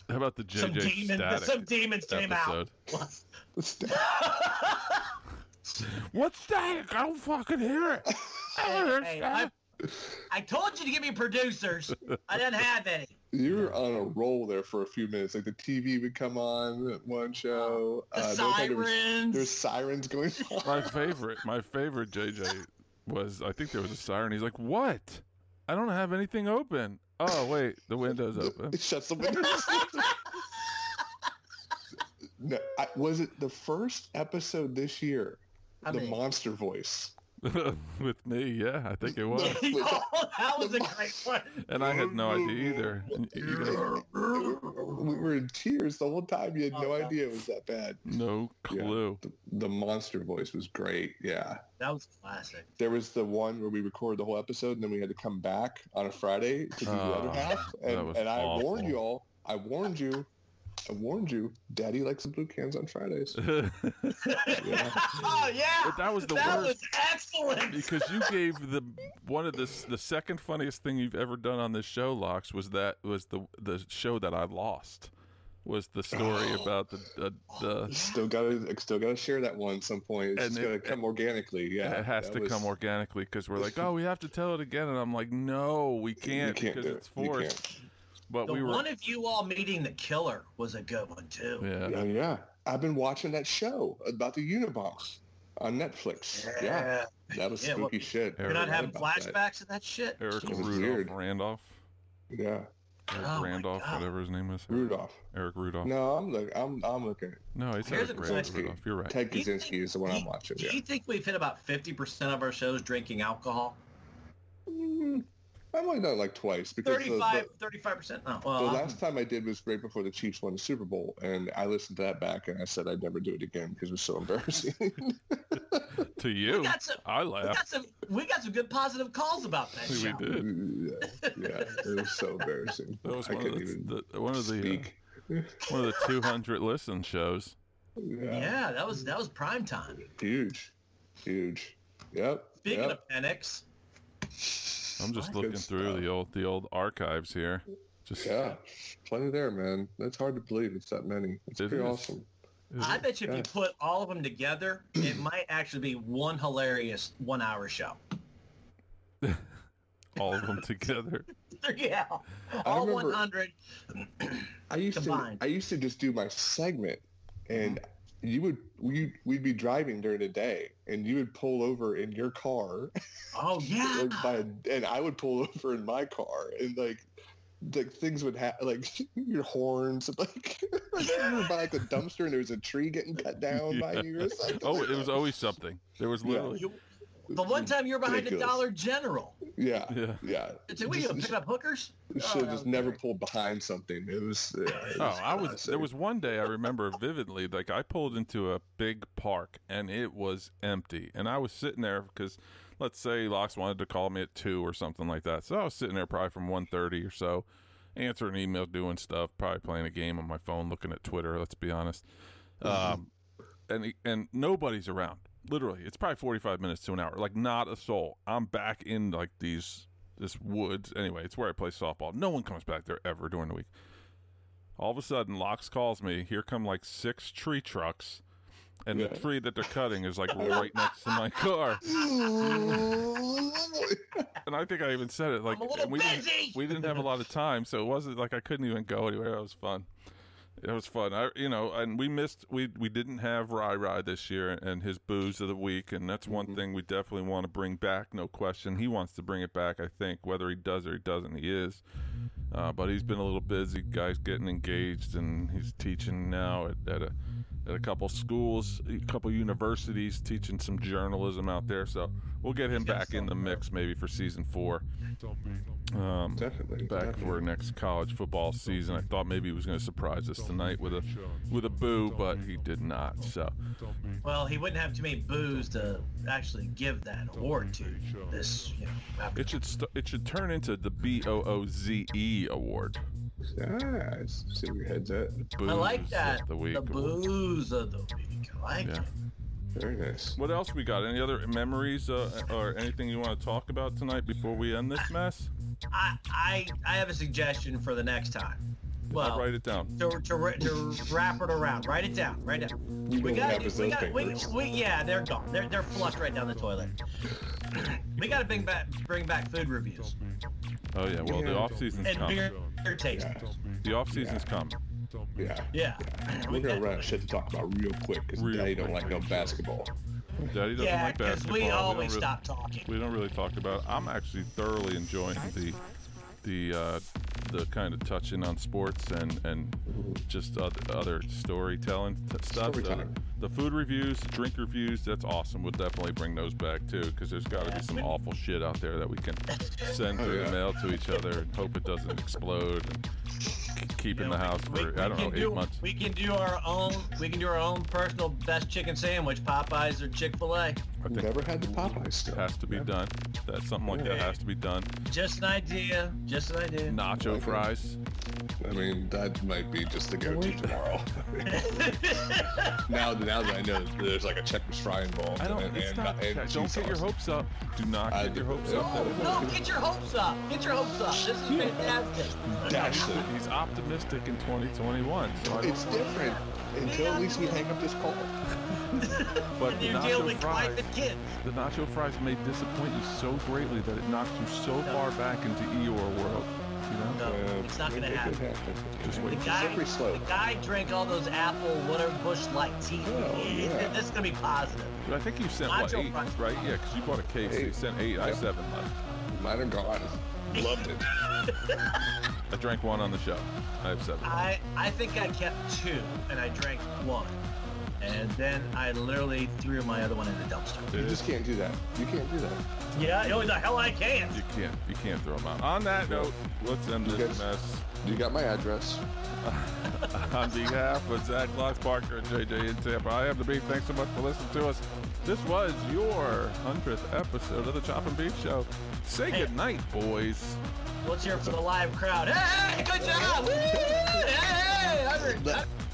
S1: How about the
S3: some
S1: JJ
S3: demons,
S1: static
S3: some demons came out.
S1: episode?
S3: <laughs>
S1: What's static? I don't fucking hear it. I don't hear
S3: Hey, I,
S1: static.
S3: I told you to give me producers. I didn't have any.
S4: <laughs> You were on a roll there for a few minutes. Like the TV would come on at one show.
S3: The
S4: Uh, another time there was-
S3: sirens.
S4: There's
S3: <laughs>
S4: sirens going on.
S1: my favorite, my favorite JJ was. I think there was a siren. He's like, "What? I don't have anything open." Oh wait, the window's open. <laughs>
S4: <laughs> It shuts the windows. no, I, was it the first episode this year?
S3: I
S4: the
S3: mean- <laughs>
S4: monster voice.
S1: With me, yeah, I think it was.
S3: oh, that was
S4: <laughs>
S3: a great one.
S1: And I had no idea either. And you know,
S4: We were in tears the whole time. You had no idea it was that bad.
S1: no
S4: Yeah.
S1: clue.
S4: The, the monster voice was great. Yeah.
S3: That was classic.
S4: There was the one where we recorded the whole episode and then we had to come back on a Friday to do the
S1: Oh,
S4: other half.
S1: that
S4: And,
S1: was
S4: and I
S1: awful.
S4: warned you all. I warned you. I warned you. Daddy likes the blue cans on Fridays.
S1: but
S4: Yeah.
S3: <laughs> oh yeah,
S1: that was the
S3: that
S1: worst.
S3: was
S1: <laughs>
S3: excellent.
S1: because you gave the one of the s- the second funniest thing you've ever done on this show, Locks, was that was the the show that I lost was the story about the the,
S4: Oh,
S1: the
S4: Still gotta, still gotta share that one some point. It's
S1: And
S4: just
S1: it-
S4: gotta come organically. Yeah,
S1: it has
S4: that
S1: to
S4: was-
S1: come organically because we're
S4: <laughs>
S1: like, oh, we have to tell it again, and I'm like, no, we
S4: You
S1: can't,
S4: can't
S1: because
S4: do
S1: it's
S4: it. You
S1: forced. But
S3: the
S1: we were,
S3: one of you all meeting the killer was a good one too.
S1: yeah.
S4: can't. Yeah, yeah. I've been watching that show about the Unabomber on Netflix. Yeah, that was
S3: Yeah,
S4: spooky
S3: well,
S4: shit.
S1: you're Eric-
S3: You're not
S4: I
S3: having
S4: forgot about that.
S3: flashbacks of that shit.
S1: Eric
S4: It was
S1: Rudolph,
S4: weird.
S1: Randolph,
S4: Yeah,
S1: Eric
S3: Oh my
S1: Randolph,
S3: God.
S1: whatever his name is,
S4: Rudolph.
S1: Eric Rudolph. No,
S4: No, I'm look. I'm I'm looking.
S1: it's Eric
S3: Here's a
S1: Randolph.
S4: question.
S1: Rudolph. You're right.
S4: Ted
S3: Do you think-
S4: Kaczynski is the one
S3: do
S4: I'm
S3: you-
S4: watching.
S3: Do
S4: Yeah.
S3: you think we've hit about fifty percent of our shows drinking alcohol?
S4: Mm, I've only done it like twice because the- the-
S3: 35 percent. Oh,
S4: The
S3: well, I'm-
S4: last time I did was right before the Chiefs won the Super Bowl, and I listened to that back, and I said I'd never do it again because it was so <laughs> embarrassing.
S1: To
S3: we
S1: you,
S3: got some.
S1: I
S3: We
S1: laughed.
S3: got some. We got some good positive calls about that
S1: We
S3: show.
S1: did.
S4: yeah, yeah, it was so embarrassing.
S1: That was
S4: I
S1: one of
S4: couldn't even
S1: the, the one of the uh,
S4: speak.
S1: one of the 200 listen shows.
S4: Yeah,
S3: Yeah, that was that was prime time.
S4: huge, huge. Yep.
S3: Speaking
S4: yep.
S3: of Penix,
S1: I'm just
S4: Good
S1: looking through
S4: stuff.
S1: the old the old archives here. Just
S4: yeah, plenty there, man. That's hard to believe. It's that many. It's
S1: It
S4: pretty
S1: is.
S4: awesome.
S1: is
S3: I
S1: it-
S3: bet you if you
S4: Yeah.
S3: put all of them together, it might actually be one hilarious one-hour show. <laughs>
S1: all of them <laughs> together.
S3: yeah, all
S4: remember-
S3: 100.
S4: I used
S3: Combined. Mm-hmm.
S4: to I used to just do my segment, and you would we we'd be driving during the day, and you would pull over in your car,
S3: Oh yeah,
S1: <sighs>
S4: like by a, and I would pull over in my car, and like. Like things would happen, like <laughs> your horns, like <laughs> you were by like the dumpster, and there was a tree
S1: <laughs>
S4: getting cut down by you. Or something.
S1: Oh, it was always something. There was
S4: Yeah.
S1: literally
S3: You- the one time you're behind a
S4: Ridiculous.
S3: Dollar General.
S4: yeah,
S1: yeah.
S4: yeah.
S3: Did we
S4: Just-
S3: go pick up hookers?
S4: You
S3: Oh,
S4: should
S3: that
S4: just
S3: was
S4: never
S3: great.
S4: pull behind something. It was. Yeah, it
S1: Oh, I was.
S4: classic.
S1: There was one day I remember vividly. Like I pulled into a big park and it was empty, and I was sitting there because, let's say, Locks wanted to call me at two or something like that. So I was sitting there probably from one thirty or so, answering emails, doing stuff, probably playing a game on my phone, looking at Twitter. Let's be honest. Um, and and nobody's around. Literally, it's probably 45 minutes to an hour. Like, not a soul. I'm back in like these this woods. Anyway, it's where I play softball. No one comes back there ever during the week. All of a sudden, Locks calls me. Here come like six tree trucks, and the
S4: Yeah.
S1: tree that they're cutting
S5: <laughs>
S1: is like right next to my car. <laughs> And I think I even said it like
S5: I'm a little
S1: and we didn't-
S5: busy.
S1: we didn't have a lot of time, so it wasn't like I couldn't even go anywhere. It was fun. It was fun. I, you know, and we missed. We we didn't have Rai Rai this year, and his booze of the week, and that's one
S4: Mhm.
S1: thing we definitely want to bring back. No question, he wants to bring it back. I think whether he does or he doesn't, he is. Uh, but he's been a little busy. Guys getting engaged, and he's teaching now at, at a at a couple schools, a couple universities, teaching some journalism out there. So we'll get him
S3: got
S1: back in the
S3: something
S1: mix maybe for season four. Um,
S4: Definitely.
S1: back
S4: definitely.
S1: for our next college football season. I thought maybe he was going to surprise us tonight with a with a boo, but he did not. So
S3: Well, he wouldn't have too many boos to actually give that award to this. You know, after-
S1: it should st- it should turn into the B O O Z E award.
S4: Ah, I see where your head's at.
S1: Boos
S3: I like
S1: of
S3: that.
S1: The week.
S3: The boos of the week. I like
S1: Yeah.
S3: it.
S4: Very nice.
S1: What else we got? Any other memories uh, or anything you want to talk about tonight before we end this mess?
S3: I, I I have a suggestion for the next time. Well,
S1: I'll write it down.
S3: to, to, to wrap it around. Write it down. Write it down.
S4: You
S3: We
S4: know what
S3: got
S4: happens
S3: to
S4: to
S3: we
S4: those
S3: got we,
S4: papers.
S3: we yeah, they're gone. They're they're flushed right down the toilet. we got to bring back bring back food reviews
S1: Oh yeah. Well, the
S4: Yeah.
S1: off season's
S3: and
S1: coming.
S3: beer, beer tasting.
S4: Yeah.
S1: The off season's coming.
S4: Yeah.
S3: Yeah.
S4: We're
S3: We
S4: gonna
S3: got-
S4: run out of shit to talk about real quick because
S1: Real
S4: Daddy don't
S1: quick.
S4: like no basketball.
S1: Daddy doesn't
S3: Yeah,
S1: like
S3: because
S1: basketball.
S3: we
S1: don't
S3: always
S1: really-
S3: stop talking.
S1: we don't really talk about. it. I'm actually thoroughly enjoying the the uh, the kind of touching on sports and and just other, other storytelling t- stuff. So
S4: Storytelling.
S1: the food reviews, drink reviews, that's awesome. We'll definitely bring those back too, because there's got to be some awful shit out there that we
S4: <laughs>
S1: can send
S4: Oh,
S1: through
S4: yeah.
S1: the mail to each other and hope it doesn't explode and k- keep in the house
S3: We-
S1: for
S3: we
S1: I don't know
S3: can
S1: eight
S3: do-
S1: months.
S3: We can do our own. We can do our own personal best chicken sandwich, Popeyes or Chick Fil A.
S1: I think
S4: Never had the Popeye stuff.
S1: it has to be done. That something like that
S3: Yeah.
S1: has to be done.
S3: Just an idea. Just an idea. <laughs>
S1: Nacho
S4: Okay.
S1: fries.
S4: I mean, that might be just the go-to tomorrow. <laughs> now, now that I know that there's like a checkers fry involved,
S1: I don't.
S4: and,
S1: it's
S4: and,
S1: not.
S4: and
S1: don't
S4: cheese
S1: get your
S4: sauce.
S1: hopes up. Do not
S4: I
S1: get your
S4: do-
S1: hopes up. that it-
S5: No, get your hopes up. Get your hopes up. This is fantastic.
S4: That's it.
S1: He's optimistic in 2021. So I
S4: It's
S1: don't,
S4: different until at least we hang up this call.
S1: but
S3: and
S1: the
S3: you deal
S1: nacho
S3: with Clyde
S1: fries,
S3: the Kid.
S1: the nacho fries may disappoint you so greatly that it knocks you so far back into Eeyore world. You know.
S3: No, it's not gonna
S4: it- it
S3: happen.
S4: could happen.
S1: Just
S3: The
S1: wait.
S3: guy,
S4: slippery slope.
S3: the guy drank all those apple whatever bush lights. He,
S4: Oh,
S3: he-
S4: yeah.
S3: <laughs> this is gonna be positive.
S1: But I think you sent what
S3: Nacho
S1: eight,
S3: fries.
S1: right? Yeah, because you bought a case. So you
S4: Eight.
S1: sent eight. I
S4: Yeah.
S1: seven left.
S4: Mine are gone. Loved it.
S1: I drank one on the show. I have seven.
S3: I I think I kept two and I drank one, and then I literally threw my other one in the dumpster.
S4: You
S1: It
S4: just
S1: is-
S4: can't do that. You can't do that.
S3: Yeah, oh the hell I can.
S1: you can't. You can't throw them out. On that note, let's end this
S4: Yes.
S1: mess.
S4: You got my address.
S1: <laughs> On behalf of Zach Loss Parker and JJ in Tampa, I am the Beef. Thanks so much for listening to us. This was your 100th episode of the Chop and Beef Show. Say
S3: Hey.
S1: goodnight, boys.
S3: Let's hear it for the live crowd. Hey, good job! Woo! Hey, hey, 100.